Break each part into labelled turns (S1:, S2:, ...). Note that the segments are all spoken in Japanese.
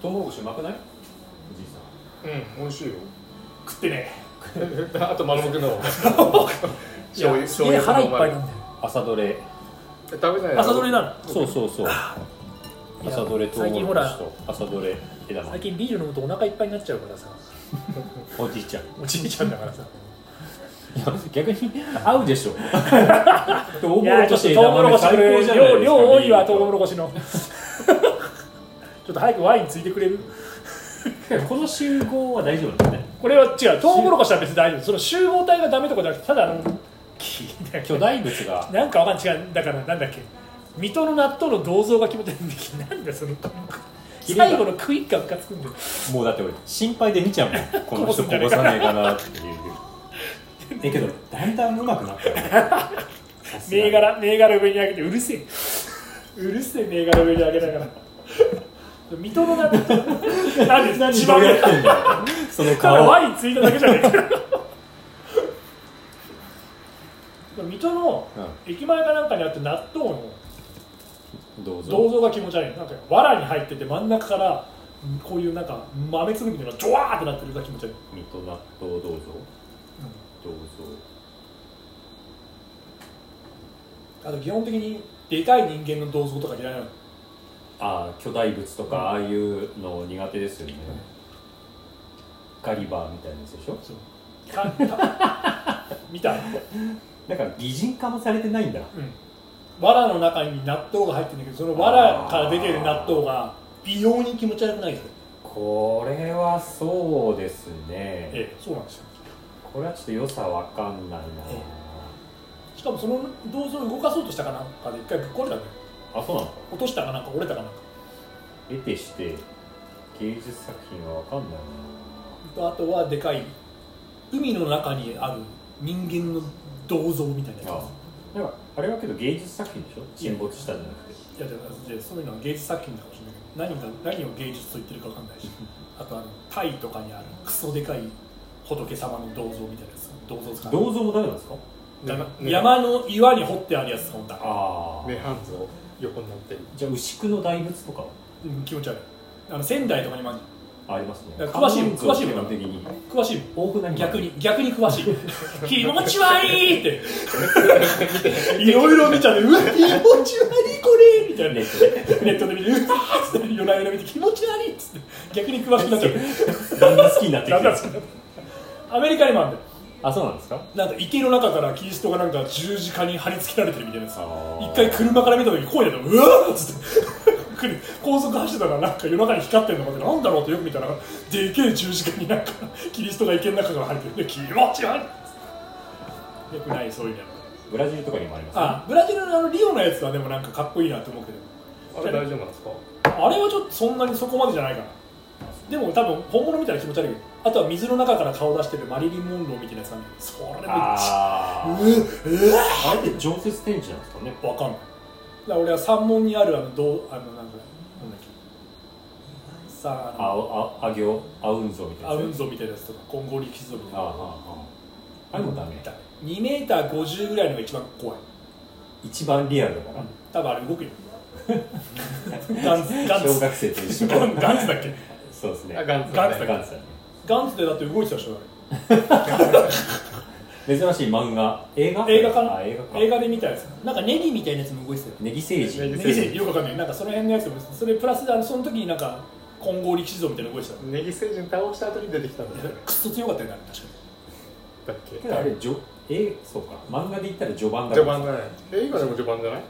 S1: トウモロコシうまくないおじいさん
S2: うん美味しいよ
S3: 食ってね
S2: あと丸木 の
S3: いやすげえ腹いっぱいなんだよ
S1: 朝どれ
S2: 食べない
S3: 朝どれなの
S1: そうそうそう
S3: いや
S1: 朝どれトウ
S3: 最
S1: モ
S3: 近
S1: ロ
S3: ほ
S1: コシ
S3: ら
S1: と朝どれ枝豆
S3: 最近ビール飲むとお腹いっぱいになっちゃうからさ
S1: おじいちゃんい
S3: おじいちゃんだ からさ
S1: や逆に合うで しょトウモ
S3: い
S1: ロコ
S3: やちょっと
S1: シ
S3: トウモロコシくれ量量多いわトウモロ
S1: コ
S3: コシの ちょっと早くワインついてくれる
S1: シこの集合は大丈夫なんですね
S3: これは違うトウモロコシは別に大丈夫その集合体がダメとかじゃなくてただあのき
S1: 巨大物が
S3: なんかわかんない違うだからなんだっけ水戸の納豆の銅像が決まってるんだけどなんだその
S1: 綺麗だ
S3: 最後のクイッカーがつくんだよ
S1: もうだって俺心配で見ちゃうも んこの人こぼさねえかなっていうえけどだんだんうまくなったよねさすがに
S3: 銘柄銘柄上に上げてうるせえうるせえ銘柄上に上げながら水戸の納豆なんで
S1: 何
S3: 一
S1: ど
S3: 番
S1: う
S3: 上
S1: やって んだよその
S3: ただ
S1: 顔
S3: ワインついただけじゃないか水戸の駅前かなんかにあって納豆の
S1: うんどうぞ
S3: 銅像が気持ち悪いなんか藁に入ってて真ん中からこういうなんか豆粒みたいなのがジョワーってなってるのが気持ち悪い
S1: 水戸納豆どうぞどうぞ
S3: あと基本的にでかい人間の銅像とか嫌いなの
S1: ああ巨大物とかああいうの苦手ですよねガリバーみたいなやつでしょ
S3: そうかか 見た、う
S1: だから擬人化もされてないんだ
S3: ん、藁の中に納豆が入ってるんだけどその藁から出てる納豆が異様に気持ち悪くないですよ
S1: これはそうですね
S3: ええそうなんですよ
S1: これはちょっと良さわかんないな
S3: えしかもその銅像を動かそうとしたかなんかで一回ぶっ壊れたのよ
S1: あそうなの
S3: 落としたかなんか折れたかなんか
S1: 得てして芸術作品はわかんないな
S3: とあとはでかい海の中にある人間の銅像みたいなやつ
S1: ああだからあれはけど芸術作品でしょ沈没したじゃなくて
S3: いやだからでそういうのは芸術作品かもしれないけど何が何を芸術と言ってるかわかんない しあとあのタイとかにあるクソでかい仏様の銅像みたいなやつ銅像使う
S1: 銅像もダメなんですか
S3: だから
S2: ね
S3: 山の岩に掘ってあるやつ本当は
S1: ああ、
S2: ねハンズを横になってる
S1: じゃあ牛久の大仏とか
S3: うん気持ち悪いあの仙台とかにもある
S1: ありますね
S3: だから詳しいもん詳し
S1: 基
S3: いもん
S1: 本的に
S3: 詳しいもん
S1: 多くなります
S3: 逆に逆に詳 しい気持ち悪いって いろいろ見ちゃってうわ気持ち悪いこれみたいな
S1: ネ
S3: ネ
S1: ットで
S3: ットで見てうわーっつって夜な夜な見て気持ち悪いっつって逆に詳しくなっちゃ う
S1: だんだん好きになってき
S3: だ
S1: て
S3: んだん好き
S1: る
S3: になってアメリカにもあるんだよ
S1: あそうなんですか
S3: なんか池の中からキリストがなんか十字架に貼り付けられてるみたいなさ
S1: あー
S3: 一回車から見た時声出たうわーっつって 来る高速走ってたらなんか夜中に光ってんのかってなんだろうってよく見たらでけえ十字架になんかキリストが池の中から入ってる気持ち悪いよくないそういうの
S1: ブラジルとかにもありますね
S3: あブラジルのあのリオのやつはでもなんかかっこいいなって思うけど
S2: あれ大丈夫なんですか
S3: あれはちょっとそんなにそこまでじゃないかなでも多分本物みたいな気持ち悪いけどあとは水の中から顔出してるマリリン・モンローみたいなやつなんだけどそれめっちゃ
S1: あ
S3: うっ
S1: ああれって常設展示なんですかね
S3: わかんないだから俺は三門にあるあのどうあのなんかなんだっけさ
S1: あ
S3: あ
S1: おああぎょうあうんぞみ
S3: あの
S1: たい
S3: ア
S1: な
S3: ウ
S1: や
S3: ン
S1: つ
S3: ゾみたいなやつとか金剛力士像みたい
S1: ああああ
S3: な
S1: ああれもダメ
S3: 2メーター50ぐらいのが一番怖い
S1: 一番リアルだから
S3: 多分あれ 動くよガンツガン
S1: 小
S3: ツ
S1: 学生と一緒
S3: ガンガンツだっけ
S1: そうですね
S2: あガンツだ
S3: ガンツ
S2: ね
S1: ガンツだね
S3: ガンツでだって動いてたでしょあ
S1: 珍しい漫画映画
S3: れ映画かな
S1: あ映画か
S3: 映画で見たやつなんかネギみたいなやつも動 いてたよ
S1: ネギ星人
S2: ネギ
S3: ネギ星人よくわかんないなんかその辺のやつもそれプラスあのその時になんか金剛力士像みたいなの動いてた
S2: ネギ星人倒した後に出てきたんだよね
S3: クソ強かったよねあれ確かに
S2: だっ
S1: けどあ
S2: け
S1: れじょえそうか漫画で言ったら序盤だ
S2: 序盤じゃないえ今でも序盤じゃない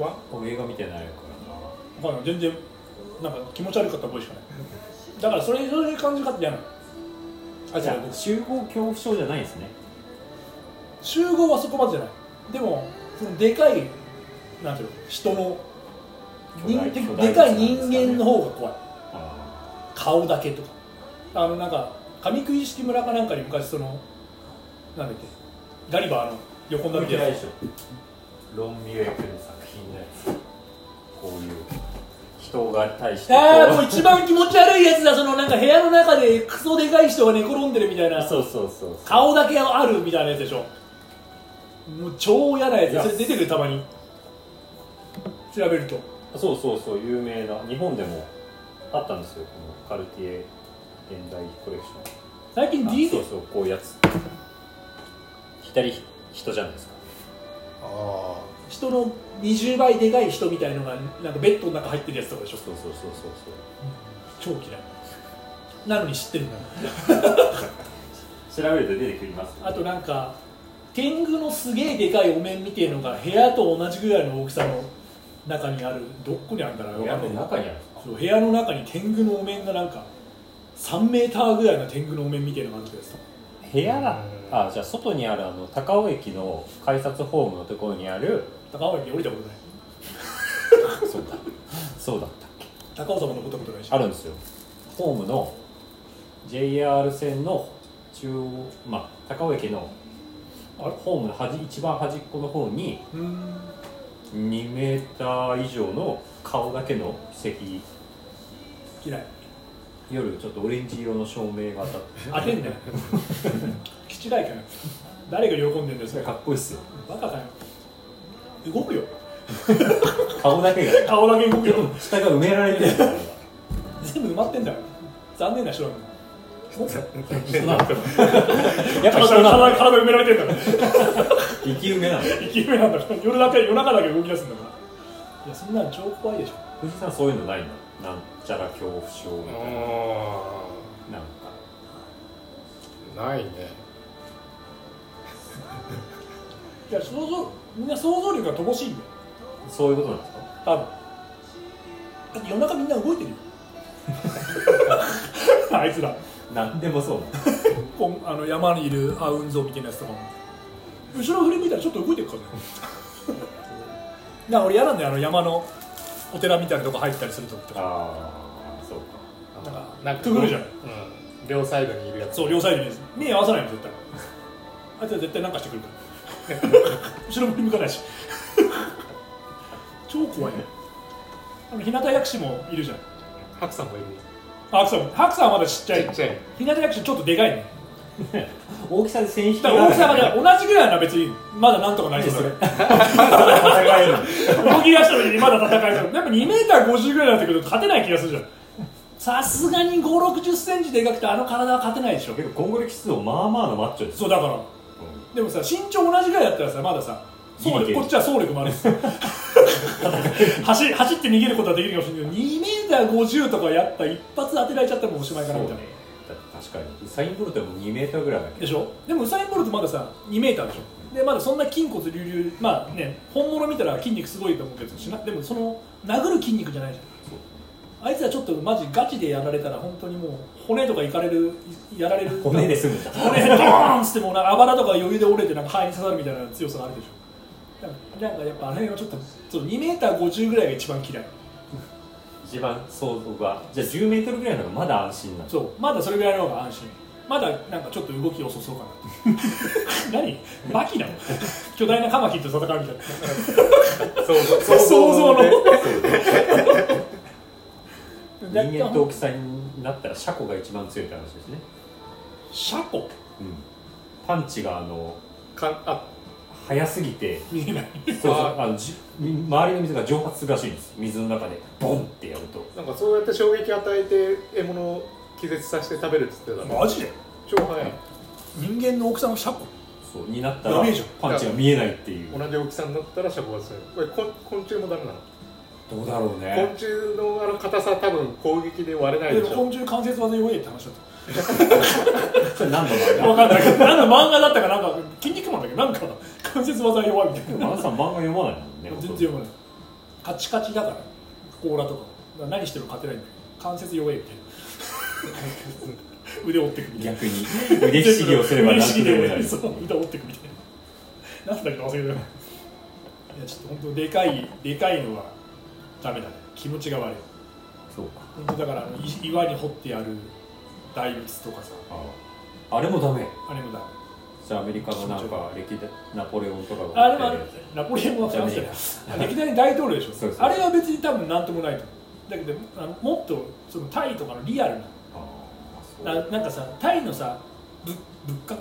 S2: ワ
S1: 俺映画見てないからな
S3: わかんない全然なんか気持ち悪かった覚えしかないだからそれそういう感じ方嫌なのあ
S1: じ
S3: じゃ
S1: ゃあ集合恐怖症じゃないんですね
S3: 集合はそこまでじゃないでもそのでかいなんていうの人の
S1: 巨
S3: 人
S1: 大
S3: で
S1: 巨大
S3: でかい人間の方が怖い
S1: あ
S3: 顔だけとかあのなんか上食い式村かなんかに昔そのなんだっけガリバーの横
S1: あ
S3: 並びで
S1: しょロン・ミュエクの作品のやつこういう人が対して
S3: ああもう
S1: こ
S3: 一番気持ち悪いやつだそのなんか部屋の中でクソでかい人が寝転んでるみたいな
S1: うそうそうそう
S3: 顔だけあるみたいなやつでしょもう超嫌なや
S1: いや
S3: つそれ出てくるたまに調べると
S1: そうそうそう有名な日本でもあったんですよこのカルティエ現代コレクション
S3: 最近 D
S1: そう
S3: で
S1: そうこういうやつ左人じゃないですか
S2: あ
S3: 人の20倍でかい人みたいのがなんかベッドの中入ってるやつとかでしょ
S1: そうそうそうそうそう
S3: 超嫌いなのに知ってるんだ
S1: 調べると出てくります
S3: あとなんか天狗のすげえでかいお面みてえのが部屋と同じぐらいの大きさの中にあるどこにあるんだろう
S1: 部屋の中にある
S3: そう部屋の中に天狗のお面がなんか3メーターぐらいの天狗のお面みてえのがあるんですよ
S1: 部屋だあじゃあ外にあるあの高尾駅の改札ホームのところにある
S3: 高尾駅降りたことない
S1: そうだそうだったっけ
S3: 高尾様登ったことないし
S1: あるんですよホームの JR 線の中央まあ高尾駅の
S3: あれ
S1: ホームの端一番端っこの方に
S3: うーん
S1: 2メーター以上の顔だけの席
S3: 嫌い
S1: 夜ちょっとオレンジ色の照明が当たって
S3: 当てんなよ気違いかよ誰が喜んでんだよそれ
S1: かっこいいっすよ
S3: バカかよ動くよ
S1: 顔だけが
S3: 顔だけ動くよ
S1: 下が埋められてる
S3: 全部埋まってんだよ残念な人なんだもっと
S1: やっぱ人なの
S3: 体体埋められてんだから
S1: 生き埋めなの
S3: 生き埋めなんだから夜中夜中だけ動き出すんだからいやそんなの超怖いでしょ
S1: 富士山そういうのないのなんちゃら恐怖症み
S2: あ
S1: たいななん
S2: あ
S1: か
S2: ーないね
S3: いや想像みんな想像力が乏しいんだよ
S1: そういうことなんですか
S3: 多分だって夜中みんな動 いてるよあいつら
S1: なんでもそうなの
S3: こんあの山にいるアウンゾウみたいなやつとかも後ろ振り向いたらちょっと動いてるからね な俺嫌なんだよあの山のお寺みたいなとこ入ったりするときとか
S1: ああそうか
S3: なんか
S2: なん
S3: くぐるじゃん
S2: うん両サイドにいるやつ
S3: そう両サイドに目合わさないの絶対あいつは絶対なんかしてくるから後ろ振り向かないし 超怖いよあの日向薬師もいるじゃん
S2: 白さんもいる
S3: あ白さんも白さんはまだちっちゃ
S2: ち
S3: い
S2: っちゃい
S3: 日向薬師ちょっとでかいね
S1: 大きさで線引き
S3: だから大きさがね同じぐらいなら別にまだなんとかなりそうだね
S1: 戦える
S3: 動き出した時にまだ戦えそうやっぱ 2m50 ぐらいになってくると勝てない気がするじゃんさすがに5 6 0ンチでかくてあの体は勝てないでしょ
S1: 結構ゴングル湿度まあまあのマッチョです
S3: そうだからでもさ身長同じぐらいだったらさまださ
S1: いい
S3: 走力
S1: けど
S3: こっちは走力もあるし 走走って逃げることはできるかもしれないけど 2m50 とかやったら一発当てられちゃったらもうおしまいかなみたいな、
S1: だって確かにウサイン・ボルトはもう2メーターぐらいだけ
S3: でしょでもウサイン・ボルトまださ 2m でしょでまだそんな筋骨隆々まあね本物見たら筋肉すごいと思うけどしなでもその殴る筋肉じゃないじゃんあいつはちょっとマジガチでやられたら本当にもう骨とかいかれるいやられる
S1: ど骨で済むんだ
S3: これドーンっつってもうなんかあばらとか余裕で折れてなんか肺に刺さるみたいな強さがあるでしょなんかなんかやっぱあの辺はちょっとちょっと 2m50 ぐらいが一番嫌い
S1: 一番想像がじゃあ10メートルぐらいの方がまだ安心なの
S3: そうまだそれぐらいの方が安心まだなんかちょっと動き遅そうか なって何バキなの巨大なカマキリと戦うみたいな
S2: 想像
S3: 想像の
S1: 人間と大きさになったら車庫が一番強いって話ですね
S3: シャ
S1: う
S3: コ
S1: んパンチがあの
S2: かんあ
S1: 速すぎて
S3: 見えない
S1: そうそうあのじ周りの水が蒸発するらしいんです水の中でボンってやると
S2: なんかそうやって衝撃与えて獲物を気絶させて食べるっつってたの
S3: マジで
S2: 超速い
S3: 人間の大きさのシャコ
S1: そうになったら
S3: やべえじゃん
S1: パンチが見えないっていう
S2: 同じ大きさになったらシャコが強いこれこん昆虫もダメなの
S1: どうだろう
S2: 昆
S1: ね
S2: 虫のあの硬さ多分攻撃で割れない
S3: で
S2: で
S3: も
S2: しょ
S3: 昆虫関節技弱いって話だっ
S1: それ何度
S3: た分
S1: もあ
S3: かんないけど何の漫画だったかなんか筋肉マンだっけどなんか関節技弱いみたいな
S1: るマナさん漫画読まないもんね
S3: 全然読まないカチカチだから甲羅とかだから何しても勝てないんだけど関節弱いみ たいな腕折ってくみたいな
S1: 逆に腕ひしぎをすれば
S3: 腕
S1: 何
S3: ひしぎ
S1: とで
S3: で
S1: も
S3: 折
S1: な
S3: れ
S1: る
S3: るそう腕折ってくみたいななんだっけど忘れたいやちょっと本当でかいでかいのはダメだね気持ちが悪い
S1: そうか
S3: 本当だからあのい岩に掘ってある大仏とかさ
S1: ああれもダメ
S3: あれもダメ
S1: じゃあアメリカのなんか歴代ナポレオンとかが
S3: あれもあれナポレオンはフランスだよ歴代大統領でしょ
S1: そうそう
S3: あれは別に多分なんともないと思うだけどあのもっとそのタイとかのリアルな
S1: あー
S3: な
S1: そう
S3: なんかさタイのさぶ仏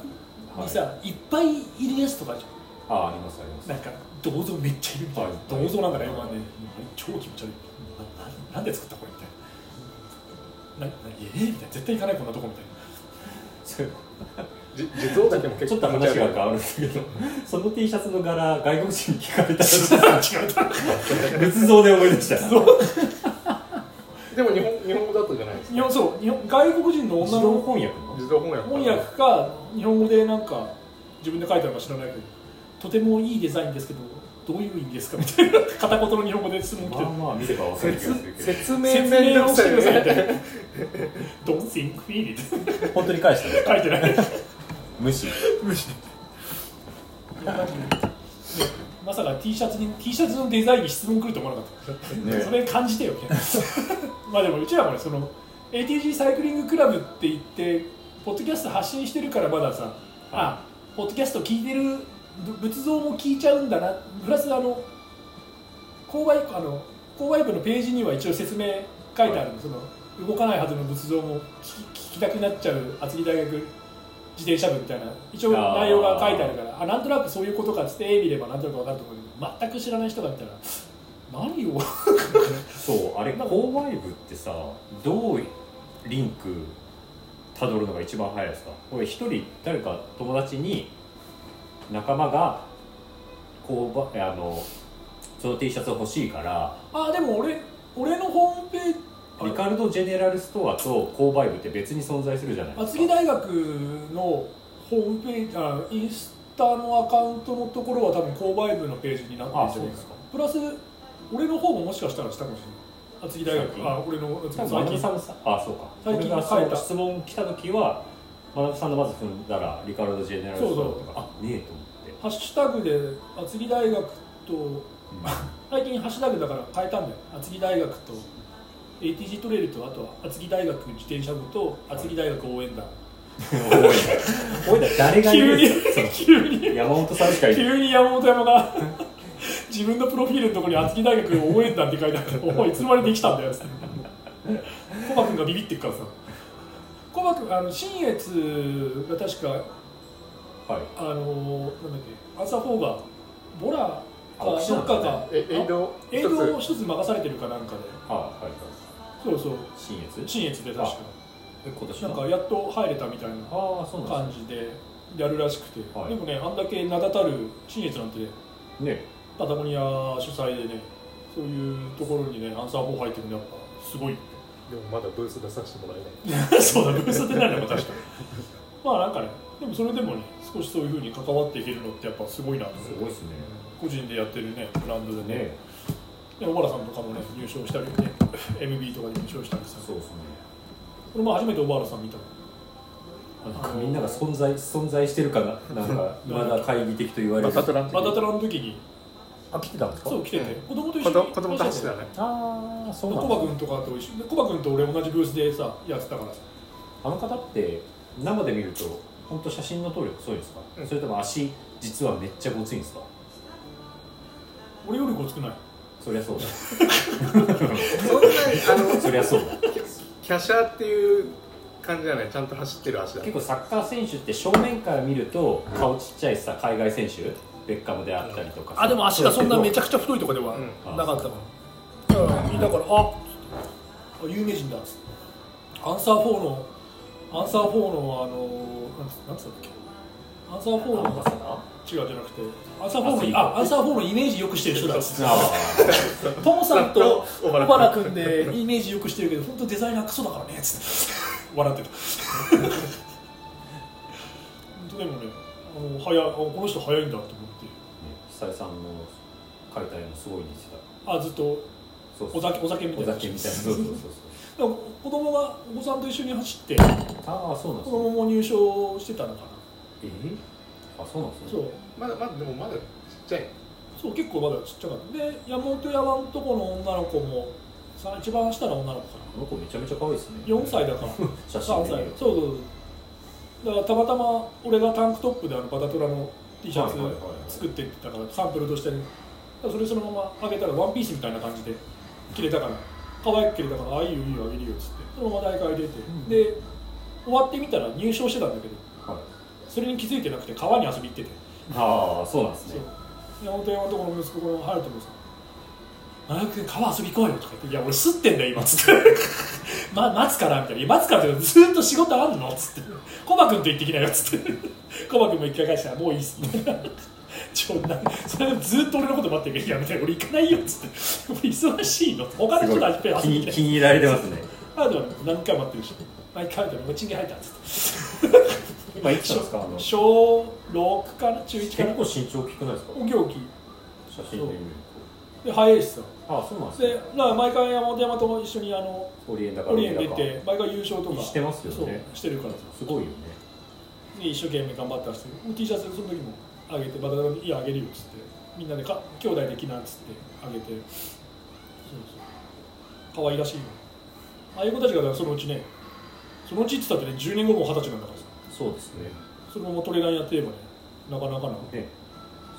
S3: 閣にさ、い、っぱいいるやつとかあるじゃ
S1: あーありますあります
S3: んなんか銅像めっちゃいるみたいな、
S1: はい
S3: 銅像なんかね、まあね超気持ち悪いなななんで作ったこれみたいななえーみたいな絶対行かないこんなとこみたいな
S1: そう
S2: じ地蔵岳も
S1: ち
S2: 結
S1: ょっ
S2: 構
S1: と話が変わ
S2: る
S1: るんですけどその T シャツの柄外国人に聞かれ た
S3: 違
S1: ら
S3: う
S1: 仏像で思い出した
S2: でも日本日本語だったじゃないですか
S3: 日本そう日本外国人の
S1: 自
S3: 女
S1: 動
S3: の
S1: 翻訳の
S2: 自動翻訳
S3: 翻訳か日本語でなんか自分で書いてあるか知らないけどとてもいいデザインですけどどういう意味ですかみたいな片言の日本語で質問来て
S1: まあまあ見ればわかる気がする
S2: 説
S1: け
S2: 説明
S3: 説
S2: 面
S3: 明
S2: 倒
S3: を
S2: く
S3: して
S2: さい
S3: ください みたい
S2: ね
S3: な Don't think feel it
S1: ど本当に返したんです
S3: 書
S1: か
S3: いてない
S1: 無視
S3: 無視まさか T シャツに T シャツのデザインに質問来ると思わなかった、
S1: ね
S3: それ感じてよみ たいなまあでもうちらもねその ATG サイクリングクラブって言ってポッドキャスト発信してるからまださ、あポッドキャスト聞いてるぶ仏像も聞いちゃうんだなプラスあの購買あの購買部のページには一応説明書いてあるの、その動かないはずの仏像も聞き聞きたくなっちゃう厚木大学自転車部みたいな一応
S1: あー
S3: 内容が書いてあるからあなんとなくそういうことかっつって絵見ればなんとなく分かると思うけど全く知らない人がいたら何を
S1: そうあれ購買部ってさどうリンクたどるのが一番早いですかこれ一人誰か友達に仲間が購買あのその T シャツ欲しいから
S3: あでも俺俺のホームページあれ
S1: リカルド・ジェネラルストアと購買部って別に存在するじゃないで
S3: 厚
S1: す
S3: 木
S1: か
S3: 大学のホームページあインスタのアカウントのところは多分購買部のページになってるんじゃない
S1: あそうですか
S3: プラス俺の方ももしかしたらしたかもしれない厚木大
S1: 最
S3: 学
S1: 近
S3: あ俺の
S1: 多
S3: 最
S1: 分真鍋
S3: 近
S1: さんのさあそうか
S3: 最近
S1: 俺が
S3: 書いた
S1: 質問来た時は真鍋さんのまず踏んだらリカルド・ジェネラルストアと
S3: そ
S1: か
S3: う
S1: あねえと思 って
S3: ハッシュタグで厚木大学と最近ハッシュタグだから変えたんだよ厚木大学と ATG トレイルとあとは厚木大学自転車部と厚木大学応援団
S1: おいだ誰がい
S3: 急
S1: るん
S3: に
S1: ですか
S3: 急に
S1: 山本さんしかいない
S3: 急に山本山が 自分のプロフィールのところに厚木大学応援団って書いてあって「おいいつの間にできたんだよ」っつってコバ君がビビってっからさコバ君あの新越が確か
S1: はい
S3: あのーなんだっけアンサー4がボラか
S1: あオプシ
S3: ど
S1: ョン
S3: っかか
S2: えエイド
S3: 映像を一つ任されてるかなんかで
S1: あはい
S3: そうそう
S1: 新越
S3: 新越で確か
S1: え今年の
S3: なんかやっと入れたみたいな
S1: ああそうなん
S3: 感
S1: で
S3: じでやるらしくて、
S1: はい
S3: でもねあんだけ名だたる新越なんてね
S1: すねね
S3: パタゴニア主催でねそういうところにねアンサー4入ってくるのやっぱすごい
S2: でもまだブース出させてもらえない
S3: そうだブースってないのか確かに まあなんかねでもそれでもね少しそういうふうに関わっていけるのってやっぱすごいなと
S1: す
S3: 思
S1: ご
S3: う
S1: いっすね
S3: 個人でやってるねブランドでね
S1: ね
S3: で小原さんとかもね入賞したりね MB とかで入賞したりさ
S1: そうですね
S3: これも初めて小原さん見たの
S1: なんかみんなが存在存在してるかななん かまだ懐疑的と言われる
S2: ラン
S3: バタトラの時に
S1: あ来てたんですか
S3: そう来てて
S2: うん
S3: 子供と一緒
S2: 子
S3: に
S2: 供子供たちだね
S1: ああそ
S3: コ
S1: うなん
S3: バ
S1: だ
S3: 君とかと一緒にコバ君と俺同じブースでさやってたからさ
S1: あの方って生で見ると本当写真の通り細いんですか、
S2: うん
S1: それとも足実はめっちゃごついんですか
S3: 俺よりごつくない
S1: そりゃそうだ
S2: そんなにあの
S1: そりゃそうだ
S2: 華奢っていう感じじゃないちゃんと走ってる足だ
S1: 結構サッカー選手って正面から見ると顔ちっちゃいさ海外選手ベッカムであったりとかさ
S3: あでも足がそんなめち
S1: ゃ
S3: ゃくちゃ太いとかでは
S2: うん
S3: なかったから、だからみんなからああ有名人だっつってアンサー4のアンサー4のあのなんつなんつったっけアンサー4
S1: あ
S3: の違うじゃなくてアンサー4のあアンサー4のイメージよくしてる人だっつって
S1: あ
S3: トモさんと
S2: 小
S3: 小
S2: 原君
S3: 原君でイメージよくしてるけど本当デザイナークソだからねっつって笑ってた本当でもねあの早いあこの人早いんだと思って
S1: 久井さんの解体もすごい似てた
S3: あずっと
S1: そう
S3: お酒お酒みた
S1: お
S3: いな
S1: 酒みたいなそうそうそう
S3: でも子供がお子さんと一緒に走って
S1: そうああそうなんで
S3: 子
S1: すね
S3: 供も入賞してたのかな
S1: えあそうなんです
S3: そ
S1: ね
S3: う
S2: まだまだでもまだちっちゃい
S3: そう結構まだちっちゃかったで山本山のとこの女の子もさ一番下の女の子かな
S1: この子めちゃめちゃ可愛いですね
S3: 4歳だから3
S1: 写
S3: 歳
S1: 真
S3: そう
S1: で見ると
S3: そうそうだからたまたま俺がタンクトップであのバタトラの T シャツ
S1: はいはいはいはい
S3: 作ってってたからサンプルとしてねだからそれそのままあげたらワンピースみたいな感じで着れたから可愛く着れたからああいいよいいよあげるよっつってそのまま大会出て、
S1: ん
S3: で終わってみたら入賞してたんだけど
S1: はい
S3: それに気づいてなくて川に遊び行ってて、
S1: ああそうなんです
S3: そう
S1: ね
S3: 山本山のとこの息子の隼人もさ「長久川遊び行こうよ」とか言って「いや俺吸ってんだよ今」っつってま、待つからみたいな「いや待つから」って言うとずーっと仕事あんの?」っつって「コバ君と行ってきなよ」っつってコバ君も一回返したら「もういいっす」 みたいな。ちょなそれずーっと俺のこと待ってるけど「いや」みたいな「俺行かないよ」っつって「俺忙しいの」他の
S1: すご
S3: 人
S1: い
S3: と遊び
S1: 気に
S3: に行きたい
S1: 気に入られてますね
S3: あでも何回も会ってるし毎回会ってるチンゲ入ったっつって
S1: 今いくつですかあの結
S3: 小6から中1から
S1: 構身長低くないですか
S3: お行儀
S1: 写真で見る
S3: で早いしさ
S1: とあそうなんですね
S3: でだから毎回山本山と一緒にあの
S1: オリエンだか
S3: オ
S1: ら
S3: リエン出
S1: だか
S3: て毎回優勝とか
S1: してますよね
S3: そうしてるからさ
S1: すごいよね
S3: で一生懸命頑張って走って T シャツその時もあげてバタバタに「いやあげるよ」っつってみんなでか兄弟できなっつってあげてそうそう可愛らしいよああいう子たちがだからそのうちねそのうちって言ったってね10年後も二十歳なんだからさ
S1: そうですね
S3: そのままトレーナーやってればねなかなかな
S1: ね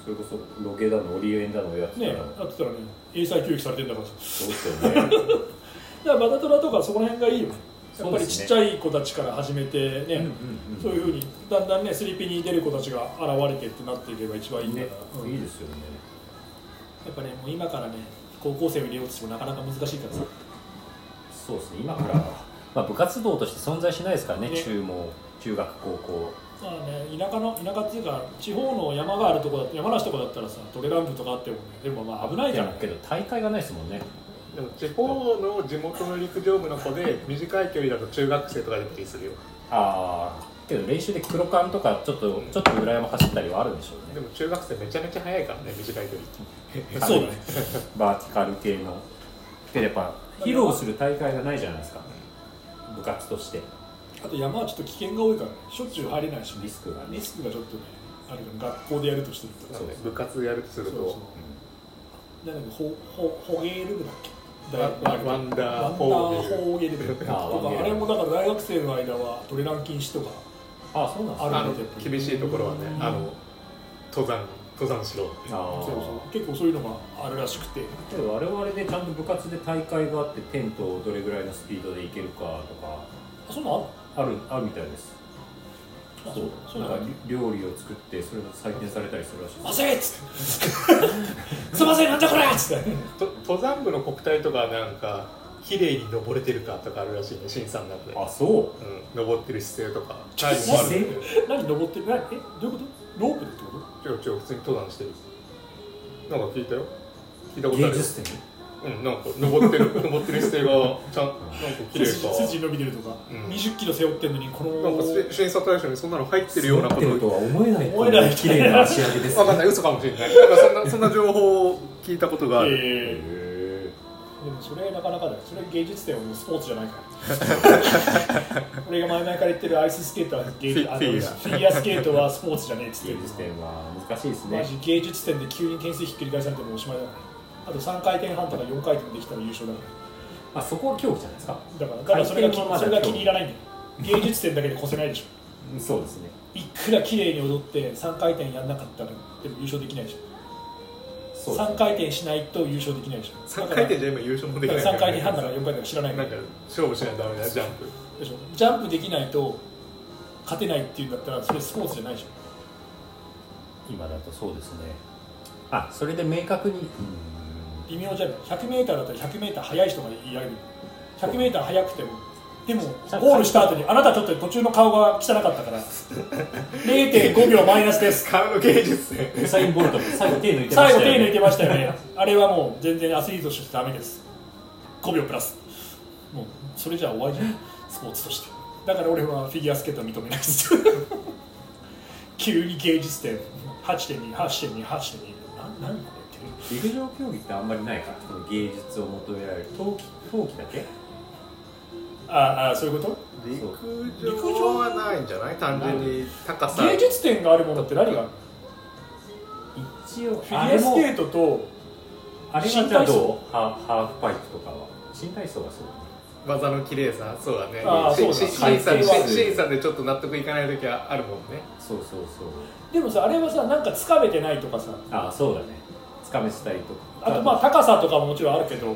S1: それこそロケだのオリエンだのをやってた
S3: ね
S1: ら、
S3: やってたらね英才教育されてんだからさ
S1: そうですよ ね
S3: だからバタトラとかそこら辺がいいよねやっぱりちっち
S1: い
S3: ゃい子たちから始めてね、
S1: うん
S3: そういうふうにだんだんねスリピに出る子たちが現れてってなっていけば一番いいんだ
S1: ね
S3: から、うん
S1: いい
S3: や
S1: ですよね
S3: っぱねもう今からね高校生を入れようとしてもなかなか難しいからさ
S1: そうですね今から、まあ、部活動として存在しないですからね
S3: ね
S1: 中も中学高校
S3: まあね田舎の田舎っていうか地方の山があるとこだ山梨とかだったらさトレランプとかあってもねでもまあ危ないじゃん
S1: けど大会がないですもんね
S2: でも地方の地元の陸上部の子で 短い距離だと中学生とかでも気にするよ
S1: ああけど練習で黒缶とかちょっとちょっと裏山走ったりはあるんでしょう
S2: で
S1: ね
S2: も中学生めちゃめちゃ速いからね短い距離
S3: そうだね
S1: バーティカル系のけどやっぱ披露する大会がないじゃないですか部活として
S3: あと山はちょっと危険が多いからねしょっちゅう入れないし
S1: リスクがね
S3: リスクがちょっとねあるから学校でやるとしてると
S2: そうね部活やるとする
S3: そう
S2: と
S3: そうなんだっけほほほげール部だっけ
S2: ワ
S3: 大学
S2: ワンダー
S3: ワンダ
S2: ホー
S3: ーホーゲルと
S1: あーワンゲル
S3: かあれもだから大学生の間はトレラン禁止とか
S1: ああそうなんです
S3: あ
S1: ね
S2: あ
S3: る
S2: の
S3: んだやっぱり
S2: 厳しいところはねあの登山登山しろっ
S1: あ
S2: て
S3: そう
S1: あ
S3: そう結構そういうのがあるらしくて
S1: けど我々でちゃんと部活で大会があってテントをどれぐらいのスピードでいけるかとか
S3: あそんなんあんの
S1: あるあるみたいです
S3: あ
S1: そう
S3: そう
S1: な
S3: なんん
S1: か
S3: だ
S1: 料理を作ってそれが採点されたりするらしい
S3: ま
S1: です
S3: ずいっつってすいませんなんじゃこれっつって
S2: と登山部の国体とかなんか綺麗に登れてるかとかあるらしいね審査の中で、
S1: あそう
S2: うん、登ってる姿勢とか
S3: ちょっと
S2: もあるんで
S3: 何登ってる何えどういうことロープでってこ
S2: ちょちょ普通に登山してるなんか聞いたよ聞いたことあ
S1: 芸
S2: る
S1: 術点
S2: うんなんか登ってる 登ってる姿勢がちゃんなんか綺
S3: と
S2: 麗
S3: 筋
S2: か
S3: 筋伸びてるとか
S2: うん
S3: 20キロ背負ってんのにこの
S2: なんかし審査対象にそんなの入ってるようなこ
S1: ってると
S2: と
S1: は思えない
S3: 思えない
S1: 綺麗な足上げ です
S2: わかんない嘘かもしれないなんかそんなそんな情報を聞いたことがある、
S3: えー
S1: へ
S3: でもそれなかなかだよそれ芸術点はもうスポーツじゃないから 俺が前々から言ってるアイススケートは芸
S2: フィ
S3: あの
S2: フ
S3: フ
S2: ィギュア
S3: ィギュアスケートはスポーツじゃねえっ
S1: ー
S3: つって
S1: 芸
S3: る
S1: 術点は難しいです
S3: マ
S1: ね
S3: ジ芸術点で急に点数ひっくり返されてもおしまいだからあと3回転半とか4回転できたら優勝だか
S1: あそこは競技じゃないですから
S3: だからだからそれがき
S1: 回転はまだ
S3: それが気に入らないんだよ芸術点だけで越せないでしょ
S1: うんそうですね
S3: いくら綺麗に踊って3回転やんなかったらでも優勝できないでしょ
S1: そうです
S3: 3
S1: ね
S3: 回転しないと優勝できないでしょ
S2: 3回転
S3: だ
S2: じゃ今優勝もでき
S3: から
S2: ない
S3: だから3回転半だから4回転は知らない
S2: なんか勝負しないとダメだよジャンプ
S3: でしょジャンプできないと勝てないっていうんだったらそれスポーツじゃないでしょ
S1: 今だとそうですねあそれで明確に
S3: 微妙じゃない 100m だったら 100m 速い人が言い上げる 100m 速くてもでもゴールした後にあなたちょっと途中の顔が汚かったから0.5秒マイ ナスです
S2: 使う芸術ね
S1: ウサインボルト最後手抜いてま
S3: 最
S1: し
S3: 後
S1: た
S3: 手
S1: よ
S3: 抜い
S1: ね
S3: てましたよねあれはもう全然アスリートとしてダメです5秒プラスもうそれじゃ終わりじゃんスポーツとしてだから俺はフィギュアスケートは認めないです 急に芸術点8.28.28.2な何これって
S1: 陸上競技ってあんまりないからその芸術を求められる冬季冬季だけ
S3: ああそういうこ
S2: 陸
S3: 上
S2: 上はないんじゃない単純に高
S3: と
S2: さ
S3: 芸術点があるものって何があるの
S1: 一応
S3: フィギュアスケートと
S1: あれはじゃあどうハハーフパイプとかは新体操はそう
S2: 技の綺麗さそうだね
S3: あ
S2: し
S3: ーそうだ
S2: し
S1: 回
S2: 審査
S1: 転
S2: で
S1: 数
S2: 審査でちょっと納得いかない時はあるもんね
S1: そうそうそう
S3: でもさあれはさなんかつかめてないとかさ
S1: ああそうだねつかめしたりとか
S3: あとまあ高さとかももちろんあるけど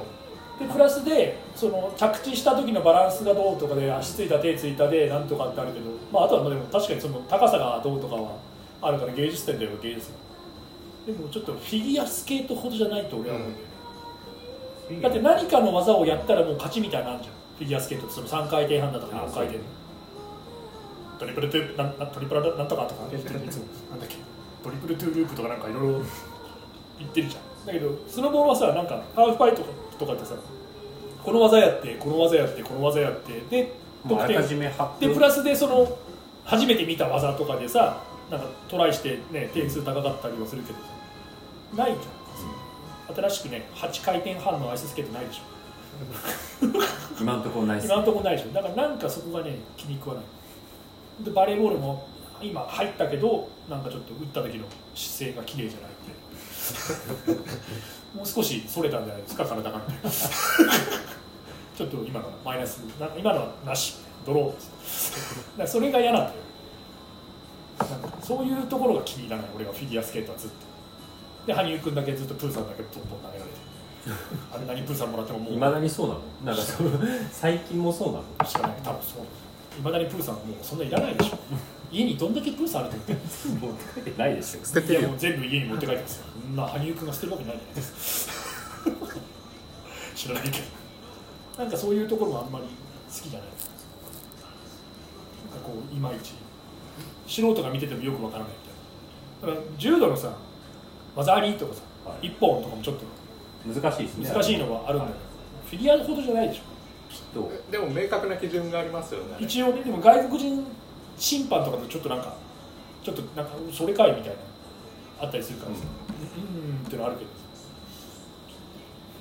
S3: でプラスでその着地した時のバランスがどうとかで足ついた手ついたでなんとかってあるけど、まあ、あとはまあでも確かにその高さがどうとかはあるから芸術点だよ芸術点でもちょっとフィギュアスケートほどじゃないと俺は思う、
S1: うん
S3: だって何かの技をやったらもう勝ちみたいなのあんじゃんフィギュアスケートってその3回転半だとか
S1: あ
S3: 4回転トリプルトゥなんなんトリプルなんとかとか言ってるいつもなんだっけトリプルトゥループとかなんかいろいろ言ってるじゃんだけどスノボーはさなんかハーフパイとかとかってさこの技やってこの技やってこの技やってで
S1: もう
S3: 得
S1: あ
S3: 点
S1: らかじめ発
S3: で
S1: 表
S3: プラスでその初めて見た技とかでさなんかトライして、ね、点数高かったりはするけどないじゃん新しくね8回転半のアイススケートないでしょ
S1: 今のところないっすね
S3: 今のところないでしょだからなんかそこがね気に食わないでバレーボールも今入ったけどなんかちょっと打った時の姿勢が綺麗じゃないって もう少しそれたんじゃないですか体が ちょっと今のはマイナスなんか今のはなしドローですだからそれが嫌なんだよなんかそういうところが気に入らない俺はフィギュアスケートはずっとで羽生君だけずっとプーさんだけポンポン投げられてあんなにプーさんもらってももう
S1: いまだにそうなのなんかその最近もそうなの
S3: しかない多分そういまだにプーさんもうそんないらないでしょ家にどんだけプーさんあると思っ て
S1: もう書いてないでしょ
S2: 捨て
S3: い
S2: て
S3: や
S2: る
S3: も
S2: よ
S3: う全部家に持って帰ってますよそんな羽生君が捨てるわけないじゃないですか知らないけどなんかそういうところがあんまり好きじゃないなんかこういまいち素人が見ててもよくわからないみたいなだから柔道のさ技ありとかさ、
S1: はい
S3: 一本とかもちょっと
S1: 難しいですね
S3: 難しい
S1: の
S3: のはあるんだけど、フィギュアほどじゃないでしょ
S1: きっと
S2: でも明確な基準がありますよね
S3: 一応ねでも外国人審判とかとちょっとなんかちょっとなんかそれかいみたいなあったりするからさうんうんってのあるけど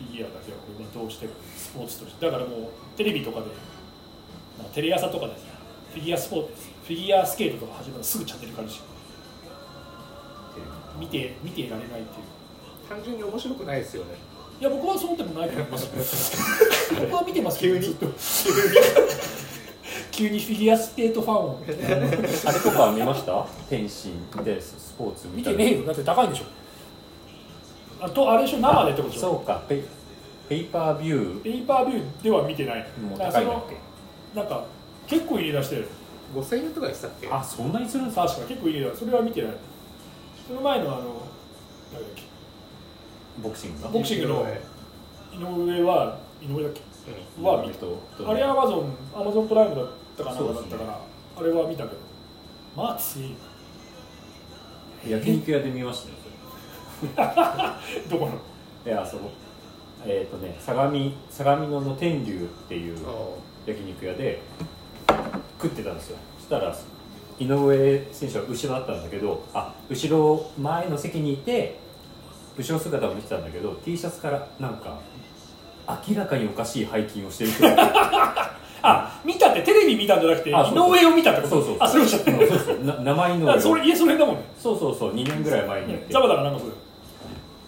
S3: フィギュアだけは俺はどうしてもスポーツとしてだからもうテレビとかでなんかテレ朝とかでさフィギュアスポーツフィギュアスケートとか始まるとすぐチャンネル変わるし見て見ていられないっていう
S2: 単純に面白くないですよね
S3: いや僕はそうでもないと思います僕は見てますけ
S2: 急
S3: ど
S2: に
S3: ずっと 急にフィギュアスケートファンを
S1: あれとか見ました天心でスポーツ
S3: 見
S1: みた
S3: て
S1: いな
S3: ねえよだって高いんでしょあとあれでしょ生でってことでしょ
S1: そうかペイペイパービュ
S3: ペーパービューでは見てない
S1: ーもう
S3: だ
S1: 高いん
S3: か
S1: だ
S3: ら
S1: っけ
S3: そのなんか結構入れ出してる
S2: 5000円とかでしたっけ
S1: あそんなにするんですか
S3: 確か結構入れ出してそれは見てないその前のあの誰だっけ
S1: ボクシングが
S3: ボクシングの
S2: はい
S3: 井上は井上だっけ
S2: う
S3: は見た
S1: と
S3: あれアマゾンアマゾンプライムだったかなん
S1: そ
S3: か
S1: う
S3: だ
S1: で
S3: っ
S1: すね
S3: たから、あれは見たけどまあ強いよ
S1: 焼肉屋で見ましたよ
S3: どこの
S1: いやそのえっ、とね相模相模野の天竜っていうん
S2: あ
S1: 焼肉屋で食ってたんですよそしたら井上選手は後ろだったんだけどあ後ろ前の席にいて後ろ姿を見てたんだけど T シャツからなんか明らかにおかしい背筋をしてる人が
S3: あ見たってテレビ見たんじゃなくて井
S1: あそうそう
S3: 上を見たってこと
S1: そうそう
S3: あそれを知っ
S1: そ
S3: て
S1: うそうそうな生井上
S3: それいやそれだもんね
S1: そうそうそう2年ぐらい前にやって
S3: ザバだからなんかそうだよ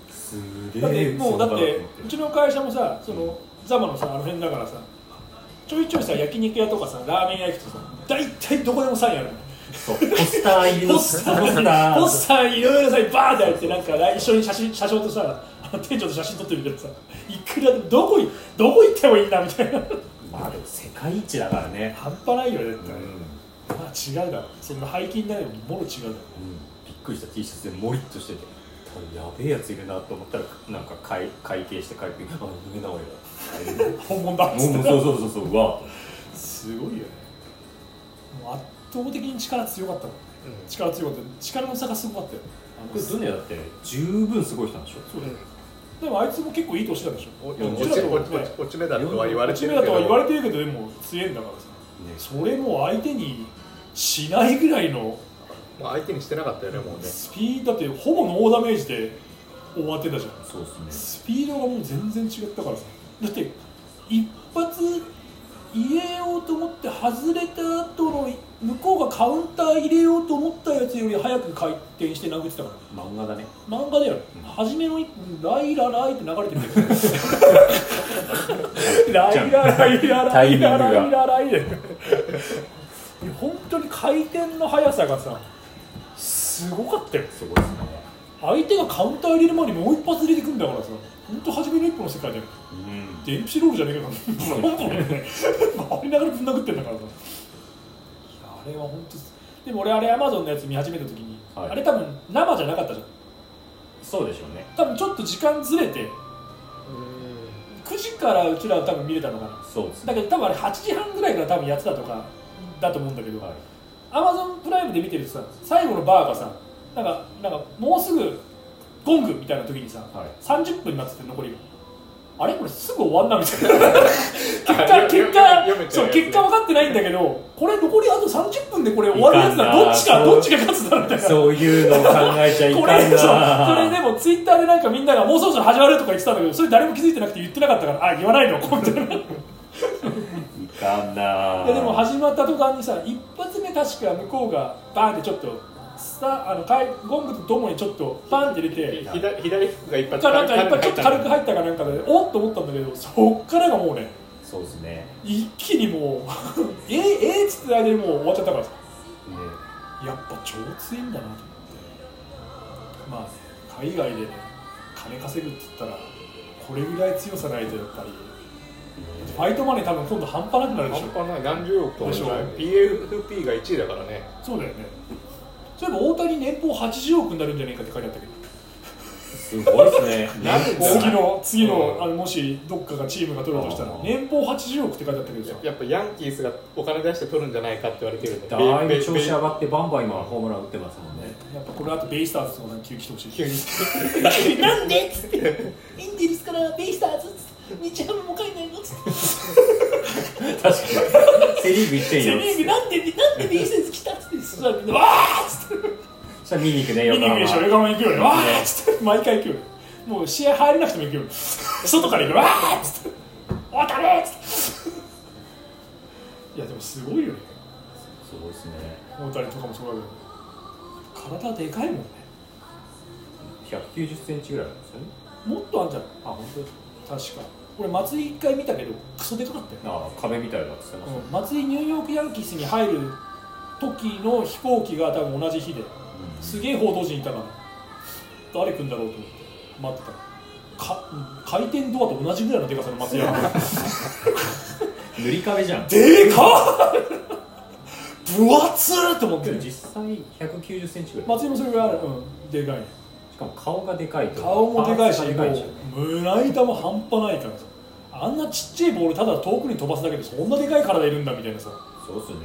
S1: す
S3: だっ
S1: げ
S3: て
S1: え
S3: もうだっ
S1: そな
S3: て
S1: のと
S3: う
S1: 思
S3: ちの会社もさそのザマのさあの辺だからさちょいちょいさ焼肉屋とかさラーメン屋行くとさ大体どこでもサインあるの
S1: そうポスター入りの
S3: ポスター
S1: ポスター
S3: ポスターにいろいろさバーって入ってなんか来一緒に写真社長とさあの店長と写真撮ってるけどさいくらでもどこいどこ行ってもいいなみたいな
S1: まあでも世界一だからね
S3: 半端ないよね絶
S1: うん、
S3: 対
S1: うん、
S3: まあ違うだろそんな背筋ないのもろ違うだろ
S1: びっくりした T シャツでもりっとしてて多分やべえやついるなと思ったらなんか会会計して帰ってあ逃げなおいだ
S3: 本物だっ
S1: も
S3: つ
S1: う
S3: っ
S1: もう
S3: て
S1: そうそうそうそううわ
S3: すごいよねもう圧倒的に力強かったもん
S2: うん
S3: 力強かった力の差がすごかったよ
S1: これズネだって十分すごい人なんでしょ
S3: そうだよでもあいつも結構いい年なんでしょ
S2: お
S1: いや
S2: 落ち落ち落ち落ち目だとは言われて
S3: 落
S2: る
S3: 目
S2: け
S3: だ
S2: ど
S3: とは言われてるけどでも強いんだからさ
S1: ね
S3: それもう相手にしないぐらいの
S2: もう相手にしてなかったよねもうね
S3: スピードだってほぼノーダメージで終わってたじゃん
S1: そうですね
S3: スピードがもう全然違ったからさだって一発入れようと思って外れた後の向こうがカウンター入れようと思ったやつより早く回転して殴ってたから
S1: 漫画だね
S3: 漫画だよ、初めの一分ライラライって流れ てるんだよライラライラライラライラライで本当に回転の速さがさすごかったよ
S1: すごいですね
S3: 相手がカウンター入れる前にもう一発入れてくんだからさ本当初めの一歩の世界だよ
S1: うん
S3: 電プシロールじゃねえかな回りながらぶん殴ってんだからさいやあれは本当でも俺あれアマゾンのやつ見始めた時に、
S1: はい
S3: あれ多分生じゃなかったじゃん
S1: そうでしょうね
S3: 多分ちょっと時間ずれて
S2: う
S3: 9時からうちらは多分見れたのかな
S1: そうですね
S3: だけど多分あれ8時半ぐらいから多分やってたとかだと思うんだけど、
S1: はい
S3: Amazon プライムで見てるとさ最後のバーがさなんかなんかもうすぐゴングみたいな時にさ、
S1: はい
S3: 30分になってて残りがあれこれすぐ終わんなみたいな結果
S2: 読
S3: 結
S2: め
S3: 果
S2: ちゃ
S3: そうう
S2: やつ
S3: 結果分かってないんだけどこれ残りあと30分でこれ終わるやつだ
S1: いかんな
S3: どっちか
S1: そう
S3: どっちが勝つだみたいな
S1: そういうのを考えちゃいかん
S3: こ
S1: な
S3: れそうそれでもツイッターでなんかみんながもうそろそろ始まるとか言ってたんだけどそれ誰も気づいてなくて言ってなかったからあ言わないのこうみたいない
S1: かんない
S3: やでも始まった途端にさ一発目確か向こうがバーンってちょっとスタあのかいゴングとともにちょっとバンって出て
S2: 左左服が一発
S3: じゃあなんかやっぱりちょっと軽く
S2: く
S3: 入ったかなんかでおっと思ったんだけどそっからがもうね
S1: そうですねね
S3: 一気にもう えええっつってあれでもう終わっちゃったからさやっぱ超強いんだなと思ってまあね海外でね金稼ぐって言ったらこれぐらい強さないとやっぱりファイトマネー多分今度半端なくなるでしょ
S2: 半端ない何十億とかじゃない
S3: で
S2: PFP が1位だからね
S3: そうだよねそういえば大谷年俸80億になるんじゃないかって書いてあったけど
S1: すごいですね
S2: なんで
S3: 次の次の,、
S2: うん
S3: あのもしどっかがチームが取るとしたら
S1: うん
S3: 年俸80億って書いてあったけどさ
S2: やっぱヤンキースがお金出して取るんじゃないかって言われてるんで
S1: だい
S2: ベ
S1: ぶ
S2: イ
S1: 調
S2: ベ
S1: 子
S2: イ
S1: 上がってバンバン今ホームラン打ってますもんね
S3: やっぱこれあとベイスターズとかに急に来てほしい
S2: 急に
S4: なんでっつって、インディリスからベイスターズっつって、日ハムも書いないのっつって、
S1: 確かにセ・リーグ行ってん
S4: セ・
S1: よ
S4: リーグなんで、なんでベイスターズ来たっつって、そしたらみんな、わーっつって、
S1: そしたら見に行くね
S3: 見
S1: 横
S3: に行くでしょ
S1: 浜
S3: 横浜行くよねわーっつって毎回行くよねもう試合入れなくても行くよね外から行くよわーっつって大谷っつっていやでもすごいよね
S1: すごいですね
S3: 大谷とかもそうだけど体でかいもんね
S1: 190センチぐらいあるんですよね
S3: もっとあんじゃん
S1: あ本当ですか
S3: 確か俺松井一回見たけどクソでかかったよ
S1: あ壁みたいだって言ってましたね、
S3: 松井ニューヨークヤンキースに入る時の飛行機が多分同じ日ですげえ報道陣いたから誰来んだろうと思って待ってたらか回転ドアと同じぐらいのでかさの松井ヤンキー
S1: 塗り壁じゃん
S3: でかっ分厚っと思っ
S1: で
S3: て
S1: も実際190センチぐらい、
S3: 松井もそれぐらいある、うん、でかい
S1: しかも顔がでかいと
S3: 顔もでかいし
S1: パーツがでかいんですよね
S3: もう胸板も半端ないからさあんなちっちゃいボールただ遠くに飛ばすだけでそんなでかい体いるんだみたいなさ
S1: そうっすね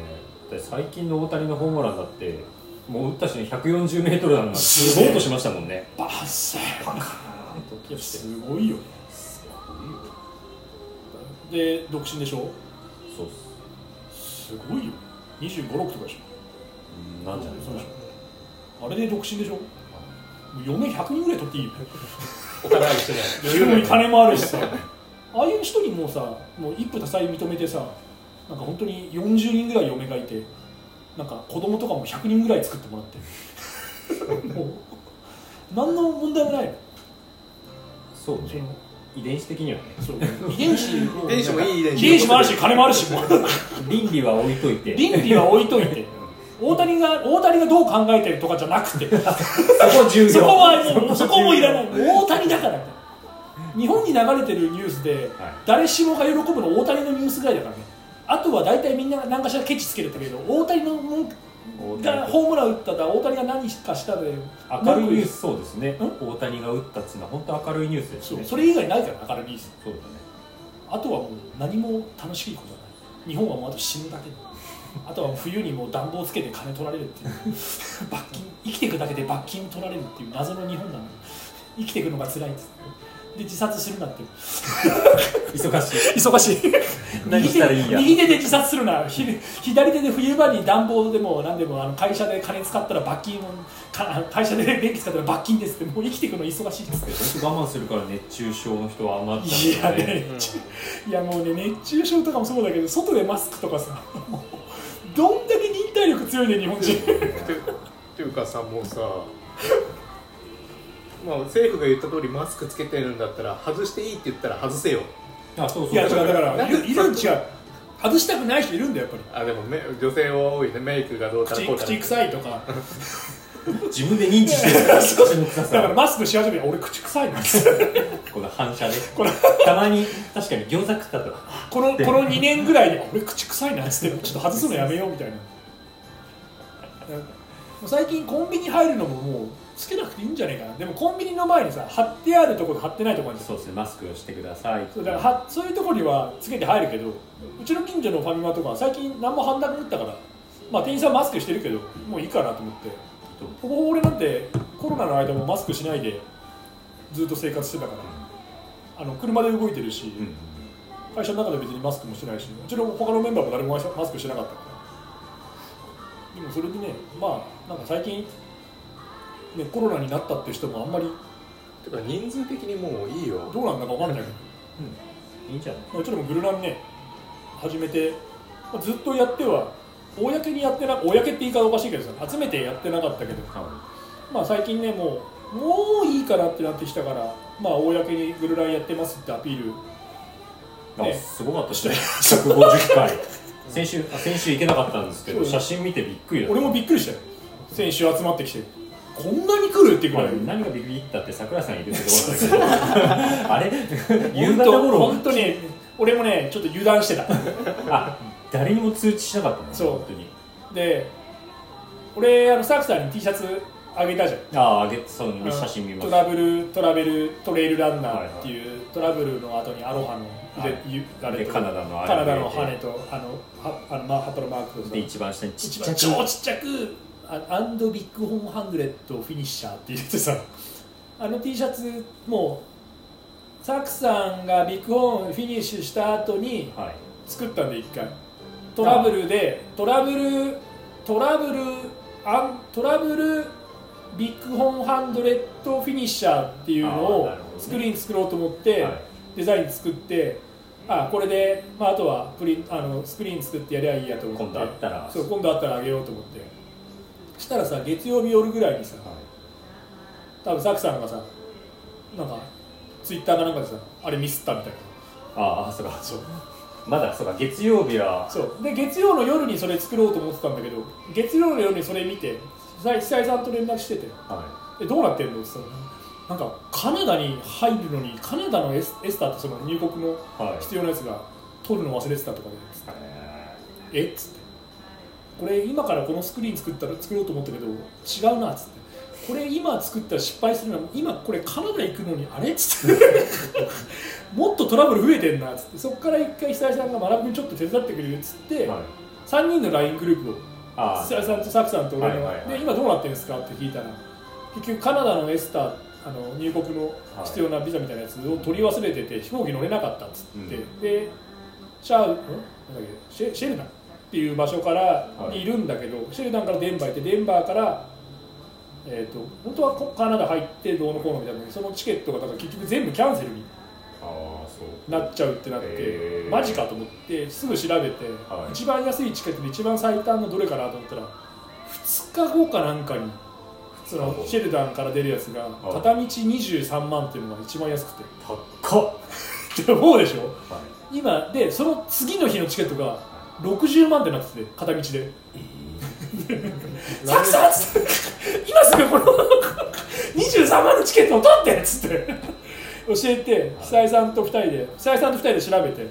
S1: だって最近の大谷のホームランだってもう打った瞬間140メートルなのが
S3: す
S1: す
S3: げえ
S1: ごいとしましたもんね
S3: バッサーいや
S1: す
S3: すごいよね
S1: ごいよ
S3: で独身でしょ
S1: そうっす
S3: すごいよ2 5六6とかでし
S1: うん
S3: ょ
S1: なんじゃないです
S3: そう
S1: か
S3: でしょあれで独身でしょもう嫁100人ぐらい取 っていいよ
S2: お金あるしね余裕
S3: 嫁
S2: な
S3: に
S2: い
S3: 金もあるしさ ああいう人にもうさもう一夫多妻認めてさなんか本当に40人ぐらい嫁がいてなんか子供とかも100人ぐらい作っても らってもう何の問題もないの
S1: そうね遺伝子的にはね
S3: そう遺伝子も
S2: 遺伝子もいい遺伝子
S3: 遺伝子もあるし金もあるしもう
S1: 倫理は置いと いて
S3: 倫理は置いといて大谷が大谷がどう考えてるとかじゃな くて
S1: そこ重要
S3: そこはもうそこもいらない大谷だから日本に流れてるニュースで誰しもが喜ぶの大谷のニュースぐらいだからねあとは大体みんな何かしらケチつけてたけど大谷のもん
S1: 大谷
S3: がホームラン打っただ大谷が何かしたで
S1: 明るいニュー
S3: 文句
S1: スそうですね
S3: ん
S1: 大谷が打ったっていうのは本当明るいニュースです
S3: そう
S1: ね
S3: それ以外ないから明るいニュース
S1: そうだね
S3: あとはもう何も楽しいことはない日本はもうあと死ぬだけあとは冬にもう暖房つけて金取られるっていう罰金生きていくだけで罰金取られるっていう謎の日本なの生きていくのが辛いんですで自殺するなって
S1: 忙しい
S3: 忙しい
S1: 何したらいいや
S3: 右手右手で自殺するなひ左手で冬場に暖房でも何でもあの会社で金使ったら罰金をか会社で電気使ったら罰金ですってもう生きていくの忙しいです
S1: 僕我慢するから熱中症の人は余っ
S3: い
S1: た
S3: や
S1: んだよね
S3: ね、いやもうね熱中症とかもそうだけど外でマスクとかさもうどんだけ忍耐力強いね日本人
S2: ってっていうかさもうさまあ政府が言った通りマスクつけてるんだったら外していいって言ったら外せよ
S1: あそうそう
S3: いや違うだからいる
S2: なんか
S3: いるん違う外したくない人いるんだよやっぱ
S2: あでもめ女性は多いねメイクがどうたら
S3: り
S2: こ
S3: 口
S2: うたら
S3: 口臭いとか
S1: 自分で認知してるから口の臭
S3: だから
S1: さ
S3: マスクし始め俺口臭いな
S1: この反射で
S3: この
S1: たまに確かに餃子食ったと
S3: このこの2年ぐらいに俺口臭いなっつってちょっと外すのやめようみたいなもう最近コンビニ入るのももうつけなくていいんじゃねえかなでもコンビニの前にさ貼ってあるところと貼ってないところに
S1: そうですねマスクをしてください
S3: そうだからはそういうところにはつけて入るけどうちの近所のファミマとかは最近何も判断打ったから、まあ、店員さんマスクしてるけどもういいかなと思ってほぼほぼ俺なんてコロナの間もマスクしないでずっと生活してたからあの車で動いてるし、
S1: うん
S3: 会社の中で別にマスクもしてないしうちの他のメンバーも誰もマスクしてなかったからでもそれでねまあなんか最近、ね、コロナになったって人もあんまり
S2: てか人数的にもういいよ
S3: どうなんだか分かんないけど
S1: いいんじゃない
S3: まあうちらもグルナンね始めて、まあずっとやっては公にやってな公って言い方おかしいけどさ集めてやってなかったけど、
S1: は
S3: まあ、最近ねもうもういいかなってなってきたから、まあ、公にグルランやってますってアピール
S1: いまあ
S3: ね
S1: すごかったですね150回 先週あ先週行けなかったんですけ
S3: そ
S1: ど
S3: う
S1: 写真見てびっくりだった
S3: 俺もびっくりしたよ先週集まってきてこんなに来るってぐ
S1: ま
S3: ら
S1: あ
S3: い
S1: 何がビビったって桜井さんいるってことなんだけど あれ夕
S3: 本
S1: 方
S3: 当
S1: 頃
S3: 本当に俺もねちょっと油断してた
S1: あ誰にも通知しなかったの
S3: そう
S1: 本当に
S3: で俺あのサクさんに T シャツあげたじゃん
S1: あああげその写真見ま
S3: ト
S1: した
S3: ラブルトラベルトレイルランナーっていう、トラブルの後にアロハの腕、
S1: はい
S3: ゆあれ
S1: で
S3: と
S1: カナダのあれ
S3: カナダの羽とあのはあのマンハットのマークとさ
S1: で一番下にちっ
S3: 一
S1: ちゃく
S3: 番超ちっちゃくあアンドビッグホーンハングレッドフィニッシャーって言ってさあの T シャツもうサクさんがビッグホーンフィニッシュした後に
S1: はい
S3: 作ったんで一回トラブルでトラブルトラブルアントラブルビッグホーンハンドレッドフィニッシャーっていうの
S1: あー
S3: を
S1: なるほどね
S3: スクリーン作ろうと思って、
S1: はい
S3: デザイン作ってあこれで、まあ、あとはプリンあのスクリーン作ってやりゃいいやと思って
S1: 今度あったら
S3: そう今度あったらあげようと思ってしたらさ月曜日夜ぐらいにさ多分ザクさんがさなんかツイッターかなんかでさあれミスったみたいな
S1: ああそうか
S3: そう
S1: まだそうか月曜日は
S3: そうで月曜の夜にそれ作ろうと思ってたんだけど月曜の夜にそれ見て久井久井さんと連絡してて
S1: は
S3: 「えどうなってんの?」って言ったらなんかカナダに入るのにカナダのエスエスターってその入国の
S1: いはい
S3: 必要なやつが取るの忘れてたとかで
S1: えー
S3: 「えっ?」つって「これ今からこのスクリーン作ったら作ろうと思ったけど違うな」っつって。これ今作ったら失敗するのは今これカナダ行くのにあれっつって もっとトラブル増えてんなっつってそこから一回久井さんが学びにちょっと手伝ってくれるっつって、
S1: はい、
S3: 3人の LINE グループを
S1: あ
S3: 土屋さんとサクさんと
S1: は
S3: 俺の、
S1: いはいはい
S3: で今どうなってるんですかって聞いたら結局カナダのエスターあの入国の必要なビザみたいなやつを取り忘れてて飛行機乗れなかったっつって、
S1: う
S3: でシャウんなんだっけシェシェルダンっていう場所から
S1: はい
S3: にいるんだけど、シェルダンからデンバー行ってデンバーから、えー、と本当はこカナダ入ってどうのこうのみたいなのにそのチケットがだから結局全部キャンセルに
S1: ああそう
S3: なっちゃうってなって、
S1: へー
S3: マジかと思ってすぐ調べて、
S1: はい
S3: 一番安いチケットで一番最短のどれかなと思ったら2日後かなんかにそ
S1: 日後
S3: のシェルダンから出るやつが
S1: い
S3: 片道23万っていうのが一番安くて
S1: 高っ、
S3: って思うでしょ
S1: はい、
S3: 今でその次の日のチケットが60万ってなってて片道で「サクサク!」つって「今すぐこの23万のチケットを取って!」っつって教えて久井さんと2人で久井さんと2人で調べて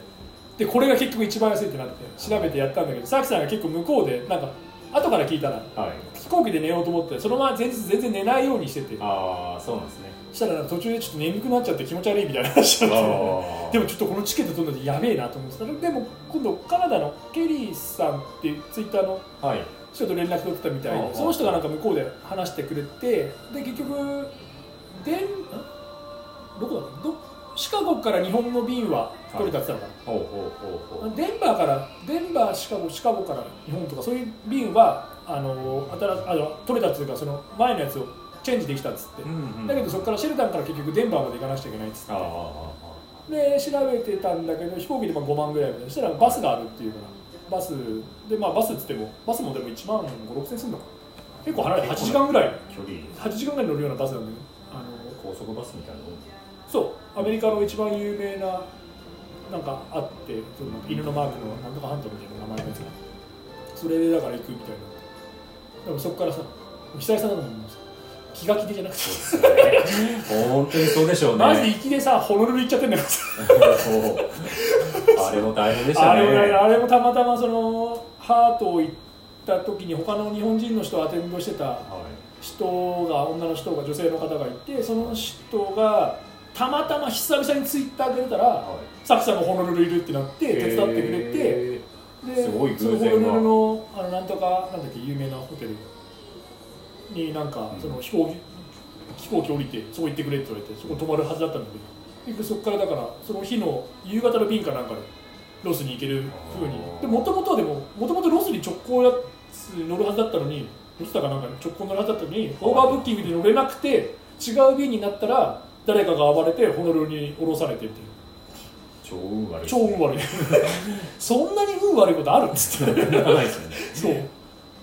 S3: でこれが結局一番安いってなって調べてやったんだけどサクさんが結構向こうでなんか後から聞いたら
S1: はい、
S3: 飛行機で寝ようと思ってそのまま前日全然寝ないようにしてて
S1: ああそうなんです ね
S3: したらなんか途中でちょっと眠くなっちゃって気持ち悪いみたいな話
S1: あ
S3: になって。
S1: ー
S3: でもちょっとこのチケット取るのってやべえなと思ってたでも今度カナダのケリーさんっていうツイッターの
S1: はい
S3: 人と連絡取ってたみたい
S1: ああ
S3: でその人がなんか向こうで話してくれてで結局でんどこだったどシカゴから日本の便は取れたって言ってたのかな、
S1: ほうほうほうほう
S3: デンバーからデンバーシカゴシカゴから日本とかそういう便はあの新しあの取れたっていうかその前のやつをチェンジできたっつって、
S1: ん
S3: だけどそこからシェルタンから結局デンバーまで行かなくちゃいけないっつって
S1: あーあ
S3: で調べてたんだけど飛行機でまあ5万ぐらいまでそしたらバスがあるっていうからバスでまあバスっつってもバスもでも1万5 6千するのか結構離れて8時間ぐらい
S1: ーあー距離
S3: 8時間ぐらい乗るようなバスなんだよあの
S1: 高速バスみたいなもん
S3: そうアメリカの一番有名ななんかあってそのなんか犬のマークのなんとかハントみたいな名前のやつがそれでだから行くみたいなでもそこからさ久井さんなんかもうさ気が利いてじゃなくて
S1: そうですね本当にそうでしょうね
S3: マジで行きでさホノルル行っちゃってんだよ
S1: そうあれも大変でした
S3: あ
S1: ね
S3: れもねあれもたまたまそのハートを行った時に他の日本人の人をアテンドしてた
S1: は
S3: 人が女の人が女性の方がいてその人がたまたま久々にツイッターで出たら
S1: は
S3: さきさんがホノルルいるってなって手伝ってくれて、
S1: え
S3: です
S1: ごい偶然が
S3: そのホノルルのあのなんとかなんだっけ有名なホテルになんか、
S1: うん
S3: その飛行機飛行機降りてそこ行ってくれって言われてそこ泊まるはずだったんだけどでそこからだからその日の夕方の便かなんかでロスに行けるふうに
S1: あー
S3: でもともとはでももともとロスに直行やつ乗るはずだったのにロスだかなんかに直行乗るはずだったのにオーバーブッキングで乗れなくて違う便になったら誰かが暴れてホノルルに降ろされてっていう
S1: 超運悪い
S3: 超運悪い そんなに運悪いことあるっつって
S1: いないですよね
S3: そう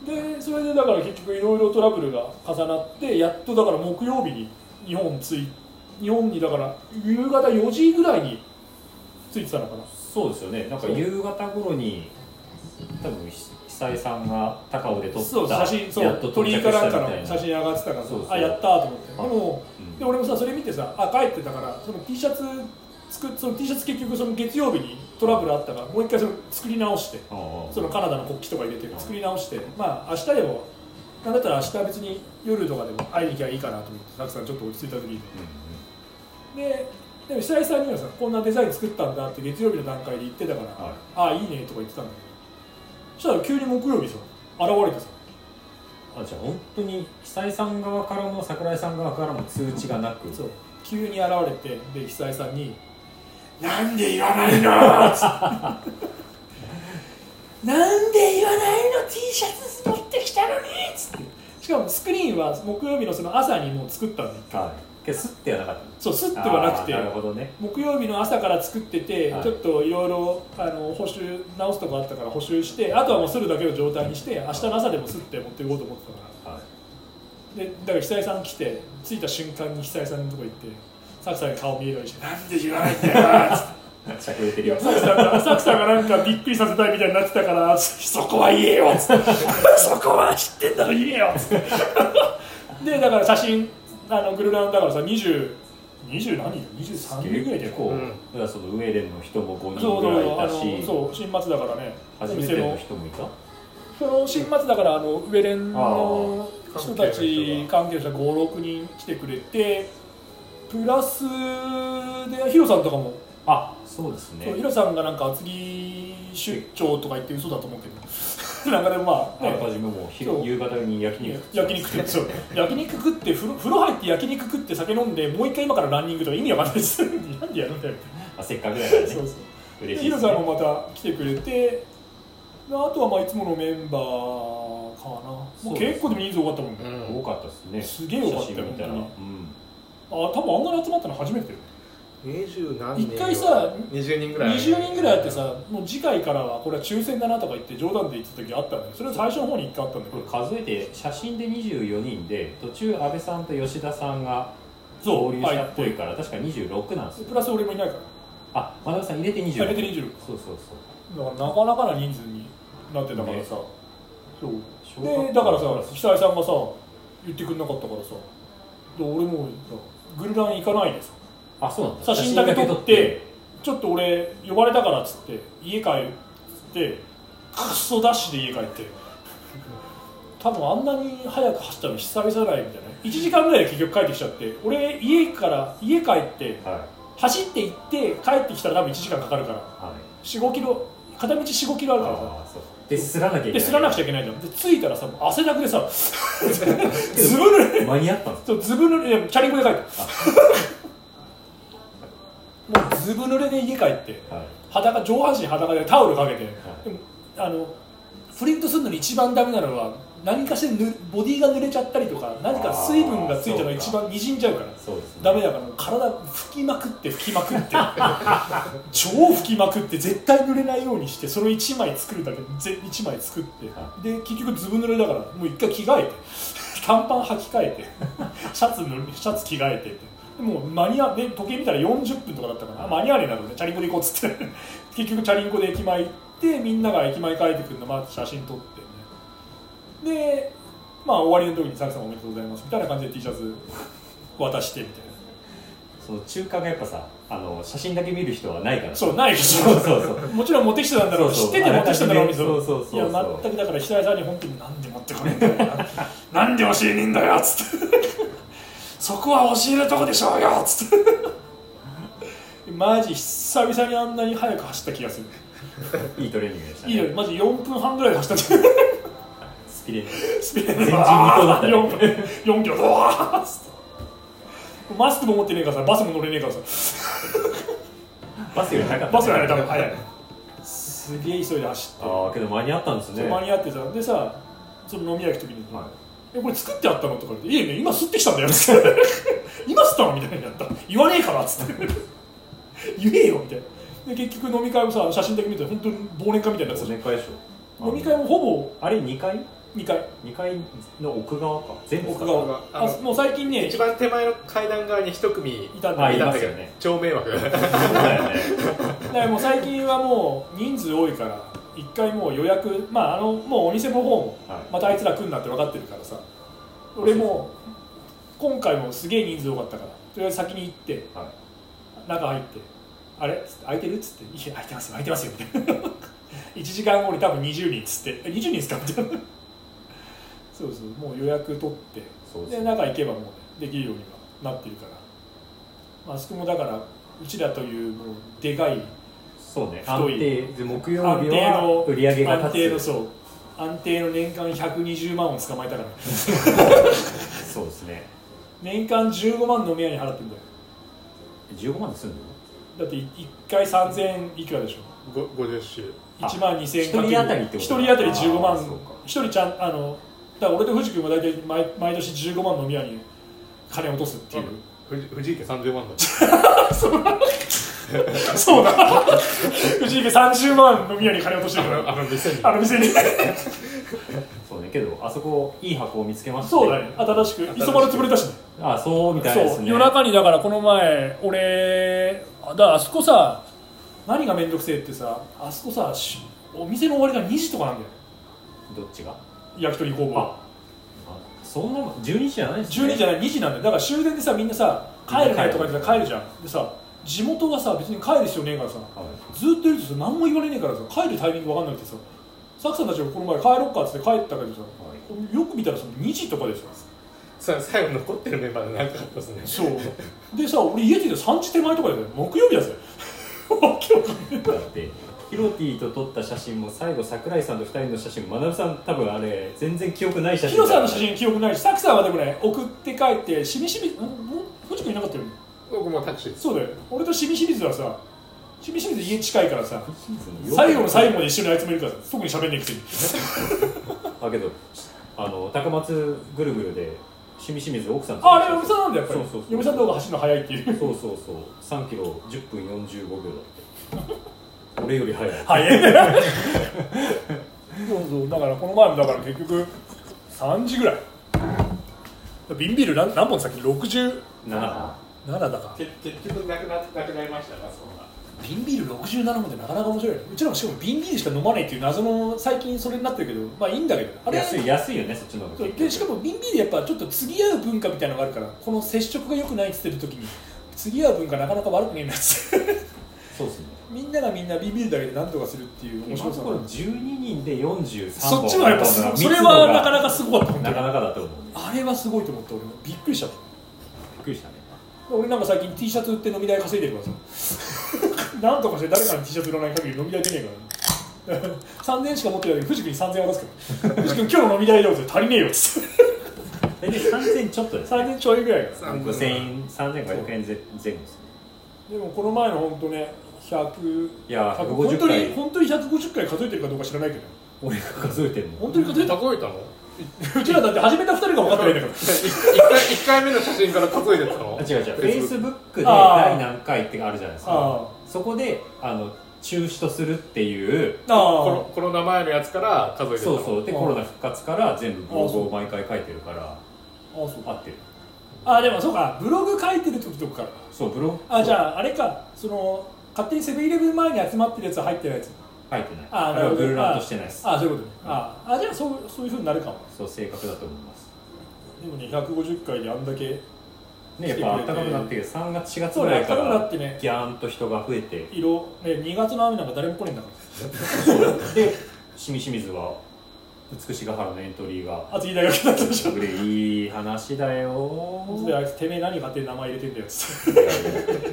S3: でそれでだから結局いろいろトラブルが重なってやっとだから木曜日に日本つい日本にだから夕方4時ぐらいに着いてたのかな
S1: そうですよねなんか夕方頃に多分久井さんが高尾で撮った
S3: そう写真そ
S1: や
S3: う
S1: っと到着
S3: 鳥
S1: し
S3: 居
S1: た
S3: か
S1: みた
S3: ないん
S1: な
S3: かの写真上がってたからさ
S1: そうそう
S3: あやったーと思ってでも
S1: うん
S3: で俺もさそれ見てさあ帰ってたからその T シャツ作っその T シャツ結局その月曜日にトラブルあったからもう一回それ作り直して
S1: ああ
S3: そのカナダの国旗とか入れて作り直して、まあ明日でも、なんだったら明日は別に夜とかでも会いに行きゃいいかなと思って、たくさんちょっと落ち着いた時に。で、でも久井さんにはさ、こんなデザイン作ったんだって月曜日の段階で言ってたから、
S1: はい
S3: ああ、いいねとか言ってたんだけど、そしたら急に木曜日さ、現れてさ、
S1: あじゃあ本当に久井さん側からも桜井さん側からも通知がなく
S3: そう急に現れて、で、久井さんに、なんで言わないのっつって
S4: なんで言わないの T シャツ持ってきたのにつって
S3: しかもスクリーンは木曜日のその朝にもう作ったんだよ。
S1: はいけどすってはなかった
S3: そう、スッとはなくて。
S1: ああなるほどね
S3: 木曜日の朝から作ってて、
S1: はい
S3: ちょっといろいろあの補修直すとこあったから補修してあとはもうするだけの状態にして明日の朝でもすって持っていこうと思ってたから
S1: は
S3: でだから久井さん来て着いた瞬間に久井さんのとこ行ってサクさんに顔見えるようにして「なんで言わないんだよ」っ
S1: いしゃくれてる
S3: つ
S1: よ
S3: ってサクさんがサクさんがなんかびっくりさせたいみたいになってたから「そこは言えよ」っつって「そこは知ってんだろ言えよ」っつってでだから写真あのグルランだからさ20 20何人 ?23 人ぐらい
S1: 結
S3: だよ
S1: 構、
S2: うん
S1: だからそのウェーデンの人も5人ぐ
S3: そうそう
S1: ら
S3: そうあ
S1: いいたし
S3: のそう新松だからね
S1: 初めての人もいた
S3: その新松だからあの上連の人たち関係者56人来てくれてプラスでヒロさんとかも、
S1: あそうです
S3: そうヒ
S1: ね
S3: ロさんがなんか厚木出張とか言って嘘だと思うけど なんかでもまあ、
S1: あらか
S3: ね
S1: じめもう昼
S3: そう
S1: 夕方に焼肉
S3: 焼肉 食ってそう焼肉食って風呂風呂入って焼肉食って酒飲んでもう一回今からランニングとか意味わかんないです なんでやるんだよみたいな
S1: あせっかくだからね
S3: そうそう
S1: 嬉し
S3: ヒ
S1: い
S3: ロ
S1: です
S3: さん
S1: ね
S3: もまた来てくれてであとはまあいつものメンバーかなもう
S1: そうですね
S3: 結構でも人数多かったもんね、
S1: 多かったですね
S3: すげえ多かったよ
S1: 写真見たらう
S3: 本
S1: ん
S3: あ多分あんなに集まったの初めてだよ
S2: 二十何
S3: 一回さ
S2: 20人ぐらい
S3: 20人ぐらいあってさもう次回からはこれは抽選だなとか言って冗談で言ってた時あったんだよそれは最初の方に1回あったんだけ
S1: これ
S3: ど
S1: 数えて写真で24人で途中安倍さんと吉田さんが
S3: そう
S1: 合流したっぽいから確か26なんですよ
S3: プラス俺もいないから
S1: あ真鍋さん入れて26
S3: 入れて26
S1: そうそうそう
S3: だからなかなかな人数になってたからさ、そう
S1: 小学校
S3: でだからさ久井さんがさ言ってくれなかったからさで俺もさグルラン行かないでさ
S1: あそうなんだ
S3: 写真だけ撮ってちょっと俺呼ばれたからっつって家帰るっつってクソダッシュで家帰って多分あんなに早く走ったの久々だいみたいな1時間ぐらいで結局帰ってきちゃって俺家から家帰って
S1: はい
S3: 走って行って帰ってきたら多分1時間かかるから
S1: はい
S3: 4 5キロ片道4 5キロあるからさ
S1: あーそうで擦らなきゃいけない
S3: で擦らなくちゃいけないじゃんで着いたらさもう汗だく でさずぶ濡れ
S1: 間に合ったんです
S3: そうずぶ濡れいやチャリンコで帰 ったもうずぶ濡れで家帰って
S1: はい
S3: 裸上半身裸でタオルかけて、でもあのプリントするのに一番ダメなのは何かしらぬボディが濡れちゃったりとか何か水分がついたのが一番にじんじゃうから
S1: そうですね
S3: ダメだからもう体拭きまくって拭きまくって 超拭きまくって絶対濡れないようにしてその1枚作るだけぜ1枚作って
S1: は
S3: で結局ずぶ濡れだからもう一回着替えて 短パン履き替えて シャツぬシャツ着替えてってでもう間に合で時計見たら40分とかだったからあ間に合わねえなと思ってチャリンコで行こうっつって 結局チャリンコで駅前行ってみんなが駅前帰ってくるのまず写真撮ってねでまあ終わりの時に「サクさんおめでとうございます」みたいな感じで T シャツ渡してみたいな。
S1: その中間がやっぱさあの写真だけ見る人はないから
S3: そう、ないでし
S1: そう
S3: ょ。
S1: そうそう
S3: もちろん持ってきてたんだろう、
S1: そうそう
S3: 知ってて持ってきてたんだろう、
S1: あらかじめそうそうそうそう
S3: いや、全くだから、久井さんに本当になんで持ってこないんだよな。なんで教えねえんだよっつってそこは教えるとこでしょうよっつってマジ久々にあんなに速く走った気がする
S1: いいトレーニングでしたね
S3: いいよマジ4分半ぐらいで走ったんじゃん
S1: スピレ
S3: スピー
S1: 前人
S3: ド
S1: 未到だ
S3: あ
S1: ね
S3: ー4分4キロうわーっつってマスクも持ってねえからさバスも乗れねえからさ
S1: バスより早かった
S3: バスがね多分早いすげえ急いで走って
S1: ああけど間に合ったんですね
S3: 間に合ってさでさその飲み屋行く時に、
S1: は
S3: えこれ作ってあったのとか言って「いえね今吸ってきたんだよ」っつって 「今吸ったの?」みたいになった「言わねえから」っつって 「言えよ」みたいなで結局飲み会もさ写真だけ見て本当に忘年会みたいになって
S1: 忘
S3: たじゃ
S1: 年会でし
S3: ん
S1: ょ
S3: 飲み会もほ
S1: あれ2階
S3: ぼ2回
S1: 2階の奥側か全部
S3: 奥側
S2: あ
S3: あ
S2: の
S3: もう最近ね
S2: 一番手前の階段側に一組い
S3: いたん
S1: あ
S3: だ
S1: い
S3: けど
S1: ま
S2: た
S1: す
S2: け
S1: よ
S2: ど
S1: ね
S2: 超迷 惑
S1: そうだよね
S3: だからもう最近はもう人数多いから一回もう予約まああのもうお店の方も
S1: はい
S3: またあいつら来んなって分かってるからさ俺も今回もすげえ人数多かったからとりあえず先に行って
S1: は
S3: 中入って「あれ?」っつって「空いてる?」っつって「いや空いてますよ空いてますよ」みたいな1 時間後に多分20人っつって「え20人ですか?」みたいなそうそうもう予約取って
S1: そうです
S3: で
S1: ね
S3: 中行けばもうねできるようにはなってるから、まああそこもだからうちらというもうでかい
S1: そうね安
S3: 太い
S1: 定で木曜
S3: 安
S1: 日
S3: 定
S1: は
S3: の
S1: 売り上げが
S3: 安定の
S1: 立つ
S3: そう安定の年間120万を捕まえたから
S1: そうですね
S3: 年間15万飲み屋に払ってんだよ
S1: 15万で済むの
S3: だって1回3000いくらでしょ
S2: ご50種
S1: あ
S3: 1万2000
S1: 一人当たりってこと
S3: 1人当たり15
S1: あ
S3: 万
S1: ーそうか
S3: 1人ちゃんあのだから俺と藤君は大体毎毎年15万飲み屋に金を落とすっていう、
S2: 藤藤井家30万だ
S3: そうだ藤井家30万飲み屋に金を落としてるか
S2: あ
S3: ら
S2: の店に
S3: あの店に
S1: そうねけどあそこいい箱を見つけました
S3: そうだね新しく
S2: しく
S3: 磯丸潰れたしね
S1: あそうみたい
S3: そう
S1: ですね
S3: 夜中にだからこの前俺あだからあそこさ何が面倒くせえってさあそこさしお店の終わりが2時とかなんだよ
S1: どっちが
S3: 焼き鳥工房
S1: あそんなもん12時じゃないです
S3: 12じゃない2時なんだよだから終電でさみんなさ帰るねとか言ってさ
S1: 帰
S3: 帰
S1: る
S3: るじゃんでさ地元がさ別に帰る必要ねえからさ
S1: はい
S3: ずっといるとさ何も言われねえからさ帰るタイミング分かんなくてさサクさんたちがこの前帰ろっかっつって帰ったけどさよく見たらさ2時とかでしょ
S2: さ最後残ってるメンバーで何かあったっすね
S3: そうでさ俺家着いて3時手前とかだよ木曜 日だぜわけわかんない
S1: だってヒロティと撮った写真も最後桜井さんと2人の写真も学さん多分あれ全然記憶ない写真
S3: ヒロさんの写真記憶ないし、サクさんはでもね、送って帰って、しみしみ、んもう藤君いなかったよね。
S2: 僕もタクシーです
S3: そうだよ。俺としみしみずはさ、しみしみず家近いからさ、
S1: 真
S3: 最後の最後まで一緒にあいつもいるからさ、特に喋んねえくせに。
S1: だけどあの高松ぐるぐるでしみしみず奥さんと
S3: あ、あれ嫁さんなんだよ、やっぱり。
S1: そうそうそう
S3: 嫁さんの方が走るの早いっていう。
S1: そうそうそう3キロ10分45秒だって俺より早い
S3: 早い。 そうそう、だからこの前もだから結局、3時ぐらい。瓶ビール何何本先 ?67
S1: 7
S3: だか。
S2: け結局なくななくなりましたがそんな
S3: 瓶ビール67本ってなかなか面白いよねうちらもしかも瓶ビールしか飲まないっていう謎の最近それになってるけどまあいいんだけどあれ
S1: 安い安いよねそっちの方
S3: そう
S1: が
S3: でしかも瓶ビールやっぱちょっと釣り合う文化みたいなのがあるからこの接触が良くないって言ってる時に釣り合う文化なかなか悪くねえなっつって
S1: そうですね
S3: みんながみんな瓶ビールだけで何とかするっていう面
S1: 今
S3: 白
S1: の
S3: さ
S1: と
S3: が
S1: ころ12人で43
S3: そっちはやっぱすごいそれはなかなかすごかった本
S1: な
S3: 当に
S1: かなかだと思うね
S3: あれはすごいと思った俺もびっくりした
S1: びっくりしたね
S3: 俺なんか最近 T シャツ売って飲み代稼いでるからさ なんとかして誰かの T シャツ売らない限り飲み代出ねえ から、3000円しか持ってないけど藤君に3000円渡すから 藤君今日の飲み代どうぜ足りねえよっつって
S1: 大体3000ちょっとですね
S3: 3000ちょいぐらいかな
S1: 5000円3500円前後ですね
S3: でもこの前の本当ね100
S1: いやー
S3: 本
S1: 150
S3: 当に
S1: 回
S3: 本当に150回数えてるかどうか知らないけど
S1: 俺が数えてんの
S3: 本当に数えて
S2: 数えたの
S3: るうちらだって始めた2人が分かってないんだから
S2: 1回目の写真から数えてたの
S1: あ違う違うフェイスブックで
S3: あー
S1: 第何回ってあるじゃないです
S3: あ
S1: かそこであの中止とするっていう
S2: コ
S3: あ
S2: ロコロナ前のやつから数えてたの
S1: そうそうで
S3: あー
S1: コロナ復活から全部ブログを毎回書いてるから
S3: ああそう
S1: 合ってる
S3: ああでもそうかブログ書いてる時とかから
S1: そうブログ
S3: あじゃああれかその勝手にセブンイレブン前に集まってるやつは入ってないやつ
S1: 書いてないあ
S3: あー
S1: れは
S3: なるほど
S1: ブルーランとしてないです
S3: あそういうことねああじゃあそうそういうふうになるかも
S1: そう正確だと思います
S3: でもね150回であんだけ
S1: ねやっぱ暖かくなってきて3月4月
S3: そう
S1: ぐら
S3: ね
S1: い
S3: 暖
S1: か
S3: かくなっ
S1: ら
S3: てね
S1: ギャーンと人が増えて
S3: 色ね2月の雨なんか誰も来ねえんだから
S1: でしみしみずは美しが原のエントリーが
S3: あ次大学になったでしょ
S1: これいい話だよ
S3: であいつてめえ何勝手に名前入れてんだよっつって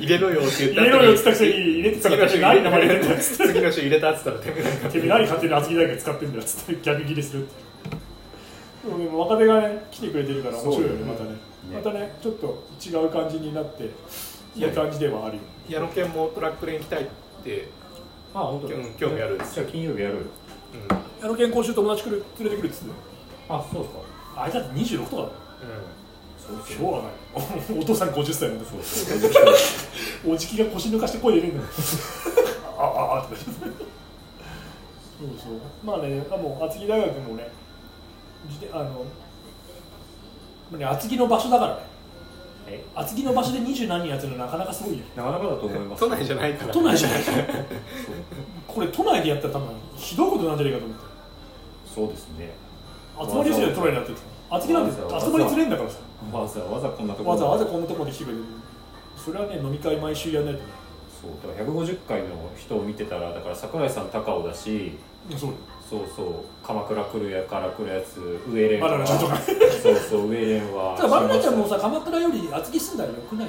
S2: 入れろよって言った
S3: 入れろよっつったくせに入れてた
S2: 次の
S3: ら
S2: 週
S3: て
S2: 入れ
S3: めえ
S2: た
S3: 何名前入れてんだよっつって
S2: 次の週入れたっつったらてめえ
S3: てめえ何勝手に厚木大学使ってんだよっつって逆ギレするっていうでもね若手がね来てくれてるから面白いよね
S1: そう
S3: ま
S1: だ
S3: たね
S1: ね
S3: またねちょっと違う感じになっていい感じではあるよ
S2: 矢野健もトラックで行きたいって
S1: あ本当
S2: うん興味あるんです
S1: じゃあ金曜日やる
S2: うんうん
S3: あの健康週友達来る連れてくるっつって
S1: あそうか
S3: あいつだって26とかだ
S1: そう
S3: しょうがないお父さん50歳なんだ
S1: そうそうそうそう
S3: おじきが腰抜かして声出るん だよあああとか言ってそうそうまあねでも厚木大学もね自転あのもうね厚木の場所だからね
S1: え
S3: 厚木の場所で二十何人やってるのなかなかすごいよ
S1: なかなかだと思います
S2: 都内じゃないから
S3: 都内じゃないか
S1: そう
S3: これ都内でやったら多分ひどいことなんじゃないかと思
S1: そうですね
S3: って集まりやすいよ都内でやってると厚木なんて
S1: わざわざ
S3: 集まりつれえんだからさ
S1: わざわざこんなとこ
S3: わ
S1: ろ
S3: ざわざこんなところで来てくれてるそれはね飲み会毎週やんないとね
S1: そうだから150回の人を見てたらだから桜井さん高尾だし
S3: いやそうだよ
S1: そうそう鎌倉来るやから来るやつ上連
S3: バナナちゃんとか
S1: そうそう上連は
S3: ただバナナちゃんもさ鎌倉より厚木住んだらよくない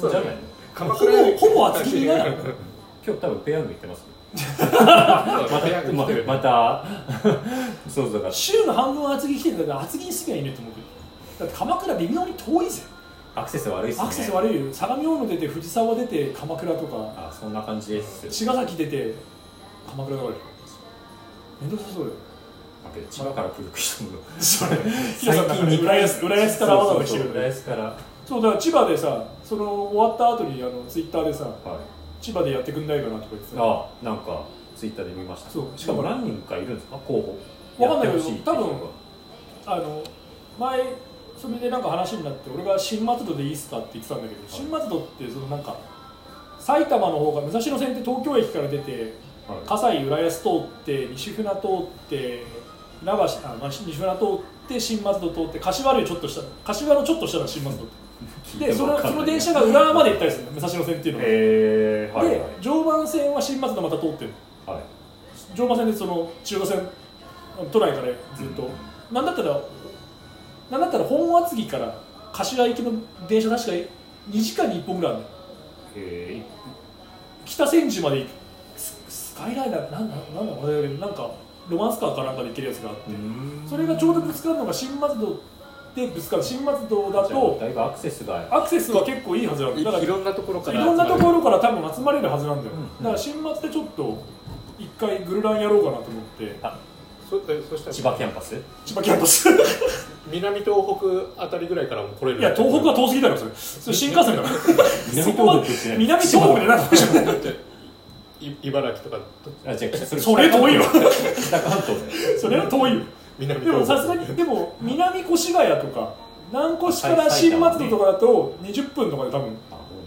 S1: そうじゃないの
S2: 鎌
S3: ほ
S2: 倉よ
S3: ぼ
S2: り
S3: ほぼ厚木 にいないだろ
S1: 今日多分ペヤング行ってますま
S2: また
S1: たままた そうだから
S3: 週の半分は厚木来てるんだから厚木に住みゃいいねと思うけどだって鎌倉微妙に遠いぜ
S1: アクセス悪いっすね
S3: アクセス悪いよ相模大野出て藤沢出て鎌倉とか
S1: あそんな感じですよ
S3: 茅ヶ崎出て鎌倉がある面倒くさそうよ
S1: だけど千葉から来る人も
S3: それ
S1: 最近二
S3: 浦安浦安からわざわざ来て
S1: そうそうそう浦
S3: る
S1: 安からは
S3: そうだから千葉でさその終わった後にあのツイッターでさ
S1: い
S3: 千葉でやってくんないかなとか言ってさ
S1: あなんかツイッターで見ました
S3: そう
S1: しかも何人かいるんですか候補
S3: わかんないけ
S1: やっ
S3: ど
S1: てほし
S3: 多分あの前それでなんか話になって俺が新松戸でいいっすかって言ってたんだけど、新松戸ってそのなんか埼玉の方が武蔵野線って東京駅から出て
S1: はい
S3: 葛西浦安通って西船通って船橋あ、まあ、西船通って新松戸通って柏原よりちょっとした柏原のちょっとしたら新松戸ってでそのその電車が浦和まで行ったりするの武蔵野線っていうのが、
S1: えー、はい
S3: で常磐線は新松戸また通ってるの
S1: はい、はい、
S3: 常磐線でその千代田線都内からずっと、なんだったらなんだったら本厚木から柏行きの電車確か2時間に1本ぐらいあるのよ
S1: え
S3: 北千住まで行くススカイライナーなんだなんだこれなんかロマンスカーかなんかで行けるやつがあって
S1: ー、うーん
S3: それがちょうどぶつかるのが新松戸でぶつかる新松戸だ
S1: じゃあ
S3: と
S1: だいぶアクセスが
S3: アクセスは結構いいはずなんだよだから
S2: いろんなところか
S3: い
S2: ら
S3: ろんなところから多分集まれるはずなんだよ、
S1: うん
S3: だから新松戸でちょっと一回グルランやろうかなと思って
S2: そそしたら
S1: 千葉キャンパス
S3: 千葉キャンパス
S2: 南東北あたりぐらいからも来れる
S3: いや、東北は遠すぎだろ、それ。それ新幹線だろ。
S1: 南東
S3: そこは
S1: 北ってね
S3: 南東北でなんかしょ。
S2: い茨城とか
S1: あじゃあそ
S3: それ遠いよ。
S1: 北関東
S3: それは遠いよ。
S2: 南
S3: でも
S2: 東
S3: さすが
S2: 北
S3: に、でも、南越谷とか、南越から新松戸とかだと、20分とかで多分
S1: あ本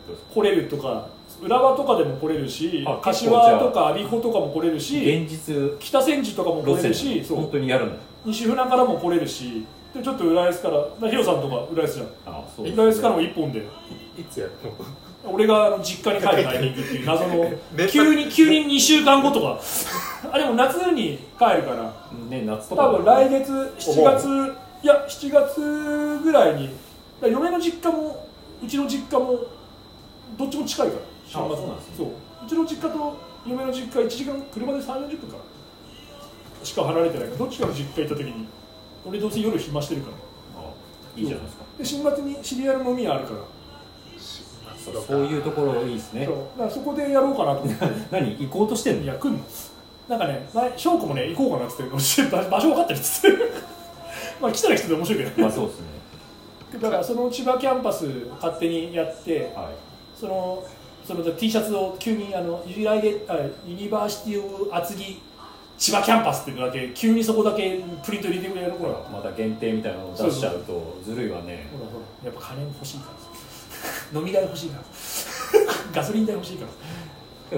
S1: 当ですか
S3: 来れるとか、浦和とかでも来れるし
S1: あ、結構じゃあ
S3: 柏とか我孫子とかも来れるし、
S1: 現実
S3: 北千住とかも
S1: 路
S3: 来れるし、
S1: 線
S3: そ
S1: 本
S3: う
S1: 当にやるんだ
S3: 西船からも来れるし、でちょっと浦安から、だからヒロさんとか浦安じゃん。
S1: あそうですね
S3: 浦安からも1本で。
S2: いつやるの
S3: 俺があの実家に帰るタイミングっていう謎の
S2: 連絡
S3: 急に急に2週間後とか あでも夏に帰るから
S1: ね夏とか
S3: 多分来月
S2: お
S3: 7
S2: 盆
S3: 月いや7月ぐらいにだから嫁の実家もうちの実家もどっちも近いから
S1: そうなんですね
S3: そううちの実家と嫁の実家1時間車で3 4 0分からしか離れてないからどっちかの実家行った時に俺どうせ夜暇してるか
S1: あ
S3: ら
S1: いいじゃないですか
S3: で新月に知り合いの飲み屋あるから
S1: そうそういうところいいですね
S3: そうだからそこでやろうかなと思って
S1: 何行こうとしてん
S3: い
S1: の
S3: や来んのなんかね前翔子もね行こうかなっつって教えて 場所分かってるっつってまあ来たら来たで面白いけど
S1: まあ
S3: ね
S1: そうですね
S3: だからその千葉キャンパス勝手にやって
S1: は
S3: そのその T シャツを急にあのユニライデあユニバーシティオブ厚木千葉キャンパスっていうのだけ急にそこだけプリント入れてくれる
S1: い
S3: ほ
S1: ほ
S3: ら
S1: ら
S3: ほ
S1: ま
S3: ら
S1: た限定みたいなのを出しちゃうとずるいわね
S3: ほらやっぱ金欲しいから飲み代欲しいから ガソリン代欲しいから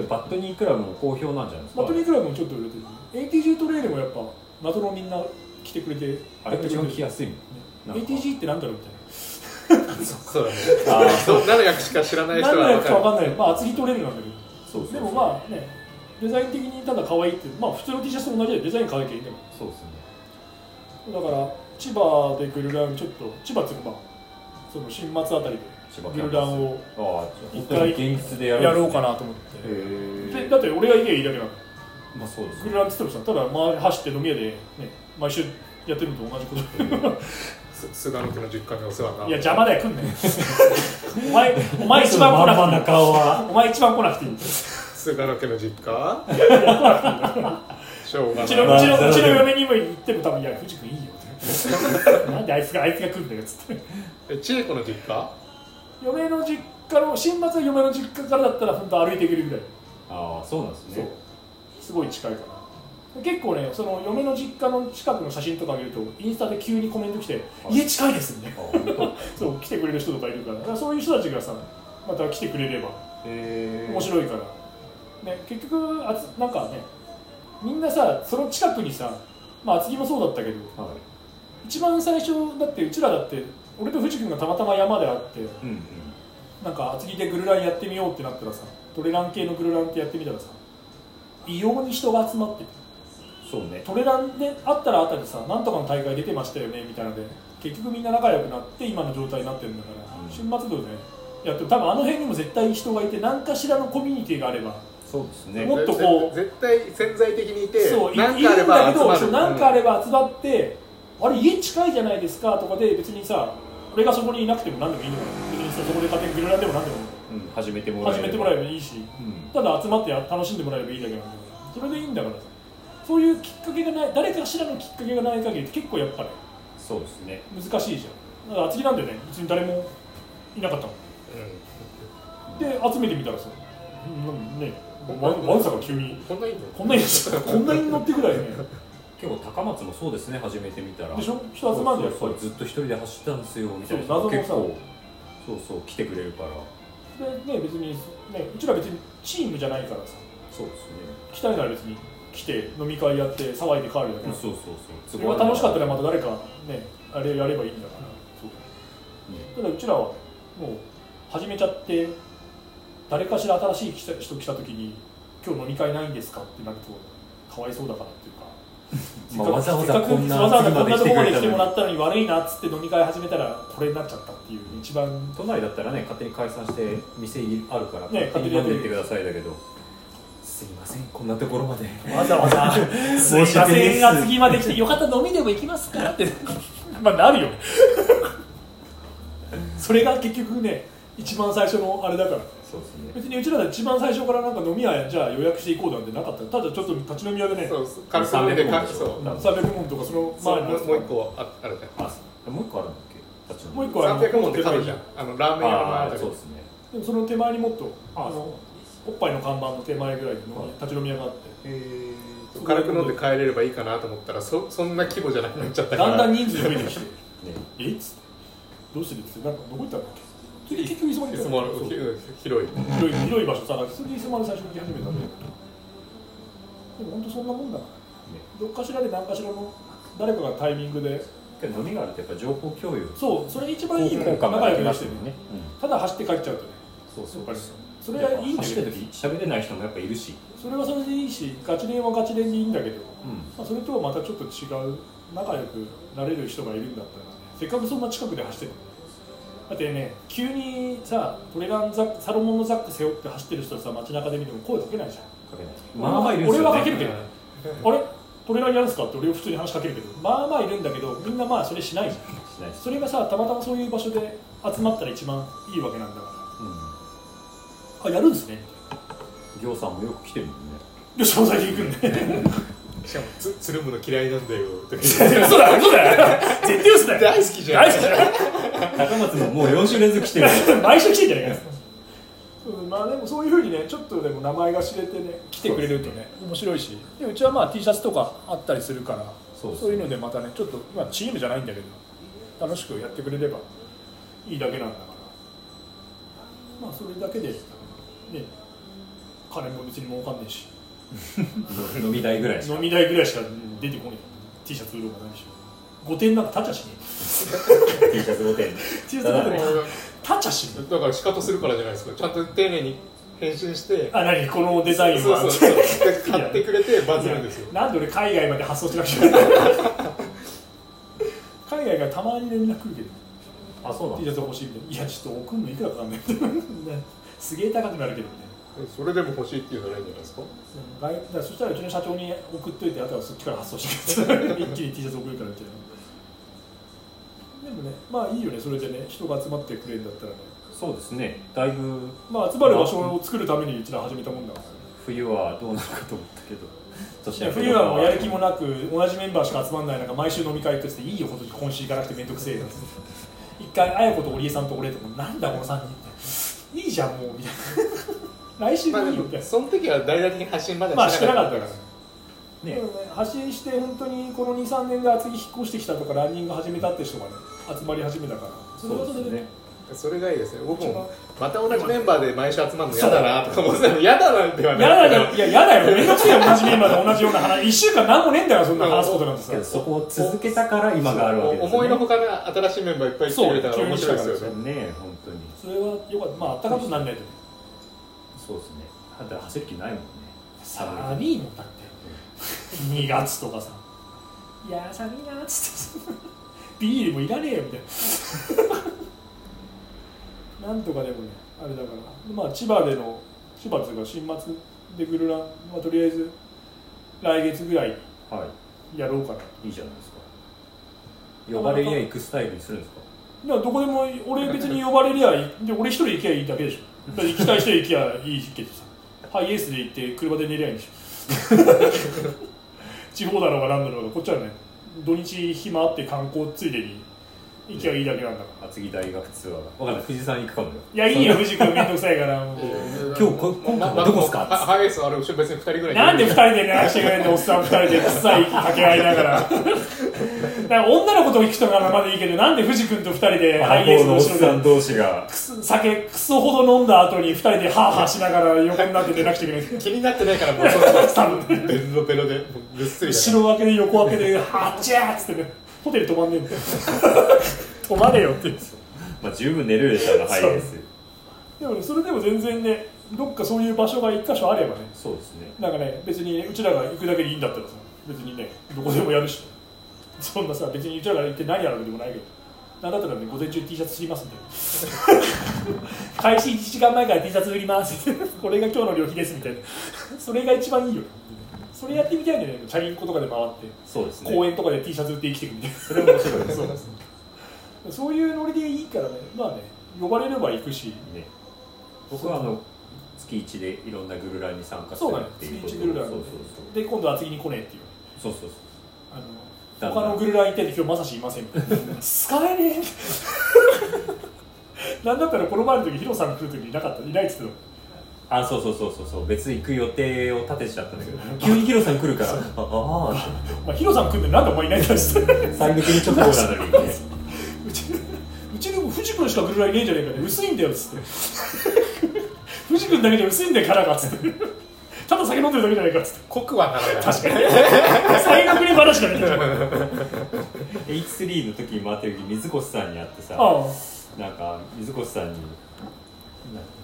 S1: でもバットニークラブも好評なんじゃないですか
S3: バトリークラブもちょっと売れてる ATG トレイルもやっぱ謎のみんな来てくれて
S1: あれが一
S3: やっ
S1: 番
S3: てく
S1: 来
S3: れ
S1: やすいもんなんか
S3: ATG ってなんだろうみたいな
S2: そうだね
S1: あー
S2: そう何の役しか知らない人
S3: 何
S2: は分
S3: の役
S2: かる
S3: か分かんないまあ厚木取れるなんだけど
S1: そうそうそう
S3: でもまあねデザイン的にただ可愛いってまあ普通の T シャツと同じでデザイン可愛いけりゃいいんだもん
S1: そうですね
S3: だから千葉でグルランちょっと千葉っていうかまあその新松あたりで
S1: 千葉キ
S3: グ
S1: ャンパス
S3: ルランを
S1: ああ本当に現実でやる
S3: やろうか
S1: な
S3: なと思って、
S1: へ
S3: でだ
S1: え
S3: って俺が家いいだけなの
S1: まあそうですね
S3: グルランっつってもさただ周り走って飲み屋で、ね、毎週やってるのと同じこと
S2: す菅野君の実家にお世話になる
S3: いや邪魔だよ来んなよお前お前一番来なくていい
S1: 顔は
S3: お前一番来なく ていい
S2: 菅野家の実家しょうがな
S3: う
S2: い
S3: ちの
S1: まあ
S3: うちのうちの
S1: そうだ
S3: 嫁にも言っても多分いや藤君いいよって なんであいつがあいつが来んだよっつって
S2: え千恵子の実家
S3: 嫁の実家の新松の嫁の実家からだったら本当歩いていけるぐらい
S1: ああそうなんです
S3: そう
S1: ね
S3: すごい近いかな結構ねその嫁の実家の近くの写真とか見るとインスタで急にコメント来て「
S1: はい
S3: 家近いです」みたいな
S1: あ本
S3: そう来てくれる人とかいるからだからそういう人たちがさまた来てくれれば
S1: 当へえ
S3: 面白いから、ね、結局あつなんかねみんなさその近くにさ、まあ、厚木もそうだったけど
S1: は
S3: 一番最初だってうちらだって俺と藤君がたまたま山で会って
S1: いうんうん
S3: なんか厚木でグルランやってみようってなったらさトレラン系のグルランってやってみたらさ異様に人が集まってて
S1: そうね
S3: トレランであったらあったでさなんとかの大会出てましたよねみたいなので結局みんな仲良くなって今の状態になってるんだから、
S1: うん
S3: 春末道でやっても多分あの辺にも絶対人がいて何かしらのコミュニティがあれば
S1: そうですね
S3: もっとこう
S2: 絶絶対潜在的にいて
S3: そうい
S2: なん
S3: いる
S2: かあれ
S3: ん
S2: ば
S3: だけ
S2: 集ま
S3: ど
S2: る
S3: そうなんかあれば集まって、あれ家近いじゃないですかとかで別にさ俺がそこにいなくても何でもいいのよ別にさそこで勝手にグルランでも何でも
S1: うん始めてもらえ
S3: 始めてもらえばいいし
S1: うん
S3: ただ集まってや楽しんでもらえばいいだけなんだからそれでいいんだからさそういうきっかけがない誰かしらのきっかけがない限り結構やっぱり
S1: そうですね
S3: 難しいじゃんだから厚木なんだよね別に誰もいなかったもんで集めてみたらさ、うん、ねわんわんさか急に
S2: うんこんないいの
S3: こんなにこんなに乗ってくらいね
S1: 今日高松もそうですね始めてみたら
S3: でしょ人集まるじゃん
S1: そうそうそうずっと一人で走ったんですよみたいな人
S3: そう謎のさ
S1: 結構そうそう来てくれるから
S3: でね別にねうちら別にチームじゃないからさ
S1: そうですね
S3: 来たいなら別に来て飲み会やって騒いで帰る
S1: う
S3: だけなんの
S1: そうそうそ
S3: そうれが楽しかったらま
S1: た
S3: た誰かねあれやればいいんだからただうちらはもう始めちゃって誰かしら新しい来た人来た時に「今日飲み会ないんですか?」ってなるとかわいそうだからっていうか。
S1: まあわざわざこんな
S3: わざわざこんなとこまで
S1: 来て
S3: 来て
S1: も
S3: も
S1: ら
S3: ら
S1: っ
S3: ったのに悪いなっつって飲み会始めたらこれになっちゃったっていう一番
S1: 都内だったらね勝手に解散して店あるから
S3: ね
S1: 勝手に飲んでってくださいだけどすいませんこんなところまで
S3: わざわざ「すいま
S1: 申し訳ない
S3: せ
S1: で
S3: ん
S1: す
S3: が次まで来てよかったら飲みでも行きますか?」ってまあなるよそれが結局ね一番最初のあれだから
S1: そうですね
S3: 別にうちら一番最初からなんか飲み屋じゃあ予約していこうなんてなかったただちょっと立ち飲み屋でね
S2: そうそう軽く飲んで
S1: 300
S2: かそう
S1: も
S3: 300本とかその
S2: そう
S3: 前に
S2: もうもう一個ああるじ
S1: あもう一個あるんだっけ
S3: もう一個はあ
S2: ゃ
S3: の
S2: ん300もって角じゃんあのラーメン屋の
S1: あ
S2: 前
S1: あ
S2: だけ
S1: そう
S2: ど
S1: ですね
S3: でもその手前にもっとあ
S1: あ
S3: のおっぱいの看板の手前ぐらいの立ち飲み屋があって
S1: へ
S3: そう
S2: 軽く飲んで帰れればいいかなと思ったらそそんな規模じゃなくなっちゃったから
S3: だんだん人数増えてきて
S1: えね
S3: 「えっ?」つって「どうしてる?」っつって「なんかどこ行ったんだっけ?」結局急まで
S2: いつもある
S3: そう
S2: 広い
S3: 広い広い場所探してそれで伊勢丸最初に来始めたんだよでも本当そんなもんだからどっかしらで何かしらの誰かがタイミングで
S1: けど飲みがあるとやっぱ情報共有
S3: そうそれ一番いい
S1: 交
S3: もん
S1: 換
S3: 仲
S1: がで
S3: 良
S1: き
S3: く
S1: ま
S3: な
S1: す
S3: て
S1: よ
S3: る
S1: ね
S3: ねただ走って帰っちゃうとね
S1: そうそう
S3: やっぱりそ
S1: そ
S3: れ
S1: れ
S3: は
S1: はい
S3: い
S1: い
S3: ん
S1: ん
S3: だ
S1: だ
S3: け
S1: け
S3: ど
S1: ど喋れない人もやっぱいるし
S3: それはそれでいいしガチ恋はガチ恋でいいんだけど、
S1: うん
S3: まあ、それとはまたちょっと違う仲良くなれる人がいるんだったらねせっかくそんな近くで走ってるのにだってね急にさトレランザックサロモンのザック背負って走ってる人さ街中で見ても声かけないじゃん
S1: かけないまあまあいるんですよ、ね、
S3: 俺はかけるけどあれトレーラーやるんですかって俺を普通に話しかけるけどまあまあいるんだけどみんなまあそれしないじゃん
S1: しないし
S3: それがさたまたまそういう場所で集まったら一番いいわけなんだか
S1: う
S3: らあやるんですね
S1: ん行さんもよく来てるもんね
S3: よし最近行く んで
S2: しかもつつるむの嫌いなんだよ って
S3: 嘘だ嘘だ絶対嘘だよ
S2: 大好きじゃん
S3: 大好きじゃない
S1: 高松ももう4週連続来て る
S3: 毎週来てんじゃないかうんまあでもそういうふうにねちょっとでも名前が知れてね来てくれるとね面白いしでうちはまあ T シャツとかあったりするから
S1: そうですね
S3: いうのでまたねちょっとまあチームじゃないんだけど楽しくやってくれればいいだけなんだからまあそれだけでね金も別に儲かんねえし
S1: 飲み代ぐらいしか
S3: 飲み代ぐらいしか出てこねえ T シャツ売るのがないし5点なんか立ちゃしね
S1: T シャツ5点
S3: T シャツ5点
S2: だ
S3: 立ちゃしね
S2: から仕方するからじゃないですかちゃんと丁寧に返信して
S3: あ何このデザイン
S2: そう
S3: は
S2: そうそうで買ってくれてバズるんですよ
S3: なんで俺海外まで発送しなくちゃいけない海外からたまに連絡来るけど
S1: あそうなん
S3: T シ
S1: だ
S3: ャツ欲しいみたいないやちょっと送るのいくらかかんないみたいなすげえ高くなるけどみたいな
S2: それでも欲しいっていうのはないんじゃないですか
S3: 外だからそしたらうちの社長に送っといてあとはそっちから発送してく れて一気に T シャツ送るからみたいなでもねまあいいよねそれでね人が集まってくれるんだったらね
S1: そうですねだいぶ
S3: まあ集まる場所を作るためにうちら始めたもんだからね
S1: 冬はどうなるかと思ったけど
S3: いや冬はもうやる気もなく同じメンバーしか集まらない中毎週飲み会行くっつっていいよ今年今週行かなくて面倒くせえよっつって一回綾子と織江さんと俺ともうなんだこの3人っていいじゃんもうみたいな来週
S2: まあ
S3: も
S2: で
S3: いいよみたい
S2: も
S3: な
S2: その時は大々的に発信ま
S3: まあ
S2: だ
S3: してなかったから
S1: ね
S3: でもね発信して本当にこの23年で厚木引っ越してきたとかランニング始めたって人がね集まり始めたからそれ
S1: そ
S3: は
S1: う
S3: そ
S1: で
S3: れ
S1: す
S3: で
S1: ね
S2: それがいいですね僕
S3: 一
S2: も
S3: 番
S2: また同じメンバーで毎週集まるの嫌だなとか思ってたの嫌だなんでは
S3: やだ
S2: ない
S3: よいややだよ面倒くせえよ同じメンバーで同じような話1週間何もねえんだよそんな話すことなんてさ
S1: けどそこを続けたから今があるわけですね
S2: 思いのほかの新しいメンバーいっぱい来てくれたら
S3: そう
S2: 面白いですよ
S1: そう
S2: ね
S1: ね本当に
S3: それはよかったまああったかくなんないとね
S1: そうですねだって走る気ないもんね
S3: 寒いもんだって2月とかさ「いやー寒いな」っつってビールもいらねえよみたい ななんとかでもねあれだからまあ千葉での千葉っていうか新松でグルランはとりあえず来月ぐらい
S1: は
S3: やろうかない
S1: いいじゃないですか呼ばれりゃ行くスタイルにするんですか
S3: だからどこでも俺別に呼ばれりゃいいで俺一人行きゃいいだけでしょだから行きたい人行きゃいいけどさハイエースで行って車で寝りゃいいんでしょ 地方だろうが何だろうがこっちはね土日暇あって観光ついでに行きゃいいだけなんだから
S1: 厚木大学ツアーが分かんない富士山行くかもよ
S3: いやいいよ藤君めんどくさいからもう
S1: 今日こ今回はどこっすか
S2: まあまあハイエースあれ後ろ別に2人ぐらい
S3: なんで2人で連絡してくれんのおっさん2人で臭い息かけ合いながらだから女の子と行くとかならまだいいけどなんで藤君と2人で ハイエースの後ろで
S1: 同士が
S3: くす酒クソほど飲んだ後に二人でハーハーしながら横になって出なくちゃいけない
S2: 気になってないからもうそろそ
S3: 多分
S2: ろベロベロでもうぐっすりだから
S3: 後ろ分けで横分けでハッチャーっつってねホテル泊まんねえん だよ泊まれよって
S1: まあ十分寝るでしょうなハイエース
S3: でもねそれでも全然ねどっかそういう場所が一箇所あればね
S1: そうですね
S3: なんかね別にうちらが行くだけでいいんだったらさ別にねどこでもやるしそんなさ別にうちらが行って何やるわけでもないけどなんだったらね午前中 T シャツ知りますんで 開始1時間前から T シャツ売りますこれが今日の旅費ですみたいなそれが一番いいよそれやってみたいんだよねチャリンコとかで回って
S1: そうですね
S3: 公園とかで T シャツ売って生きていくみたいな
S1: それ面白いです
S3: そうそういうノリでいいからねまあね呼ばれれば行くし
S1: ね僕はあの月一でいろんなグルランに参加するっていうこと
S3: そうなの月一グルラン
S1: そう
S3: で今度は次に来ねえっていう
S1: そうそうそうそうそう
S3: あの
S1: だんだん
S3: 他のグルラン行ってて今日まさしいませんみたいな使えねえ なんだったらこの前の時ヒロさん来る時いなかったいないっつってたもん
S1: あそうそうそうそうそう別に行く予定を立てちゃったんだけ ど急にヒロさん来るからああ
S3: お前ヒロさん来るんでなんでお前いないんだっつって
S1: ーって三抜きに直後なのに ね
S3: うちうちでも藤君しかグルランいねえじゃねえかね薄いんだよっつって藤君だけじゃ薄いんだよ殻がっつってただ酒飲んでるだけじゃないかっつって
S2: 濃くはならない
S3: 確かに最悪にバラしかねえじゃん
S1: H3 の時に回ってる時水越さんに会ってさ
S3: ああ
S1: なんか水越さんになんか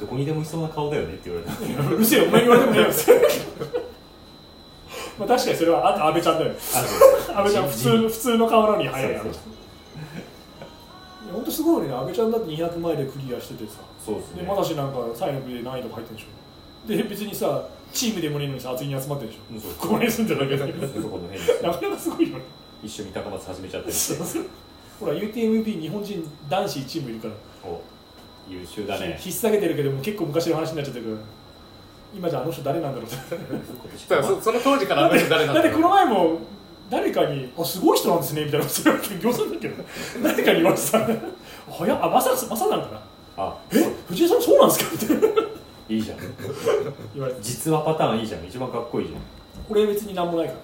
S1: どこにでもいそうな顔だよねって言わ れた
S3: うるせえよお前に言われてもねえよっつってまあ確かにそれはあと阿部ちゃんだよね阿部ちゃん普通の普通の顔なのに早いな
S1: そう
S3: 本当すごいね阿部ちゃんだって200前でクリアしててさ
S1: そうです
S3: で
S1: ね
S3: まさしなんか3位の国で難易度入ってるでしょで別にさチームでもねえのにさ厚いに集まってるでし
S1: うんそう
S3: ょ ここに住んでるだけで
S1: そこの 辺に
S3: なかなかすごいよね
S1: 一緒に高松始めちゃったりして
S3: ほら UTMB 日本人男子チームいるから
S1: お優秀だね
S3: ひ引っ提げてるけども結構昔の話になっちゃってるから今じゃあの人誰なんだろうって
S2: だからそその当時からあの人誰な
S3: だ
S2: ん
S3: ってこの前も誰かに「あすごい人なんですね」みたいなそれは業者だけど誰かに言われてたあやあまさまさなんかな
S1: あ
S3: え藤井さんそうなんですかみたいない
S1: いじゃん
S3: 言われて
S1: 実はパターンいいじゃん一番かっこいいじゃ
S3: 俺別になんもないから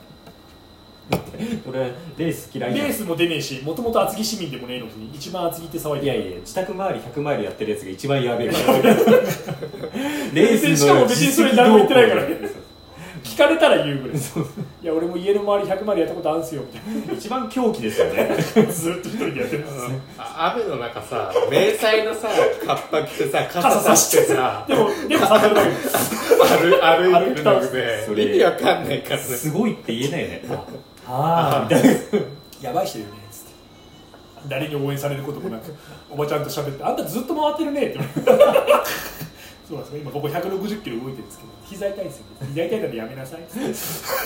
S1: んこれレース嫌いじ
S3: レ
S1: ゃん
S3: ースも出ねえしもともと厚木市民でもねえのに一番厚木って騒い
S1: い
S3: で
S1: や
S3: る
S1: いや自宅周り100マイルやってるやつが一番やべえから レースの
S3: しかも別にそれ誰も言ってないから
S1: 実績動向
S3: 聞かれたら言うぐら いいや俺も家の周り100マイルやったことあるんすよみたい
S1: 一番狂気ですよ ね
S3: な ずっと一人でやってるんですね
S2: あ雨の中さ迷彩のさカッパ着てさ傘さしてさ
S3: でもでもさせるだけ
S2: 歩歩いてるの
S1: そ
S2: で
S1: れ
S2: 意味わかんないからね
S1: すごいって言えないよね
S3: あ
S1: みたいな
S3: やばい人いるねっつって誰に応援されることも なくおばちゃんと喋って「あんたずっと回ってるね」って言われて そうなんですね今ここ160キロ動いてるんですけど膝痛いんですよね膝痛いならやめなさいっつって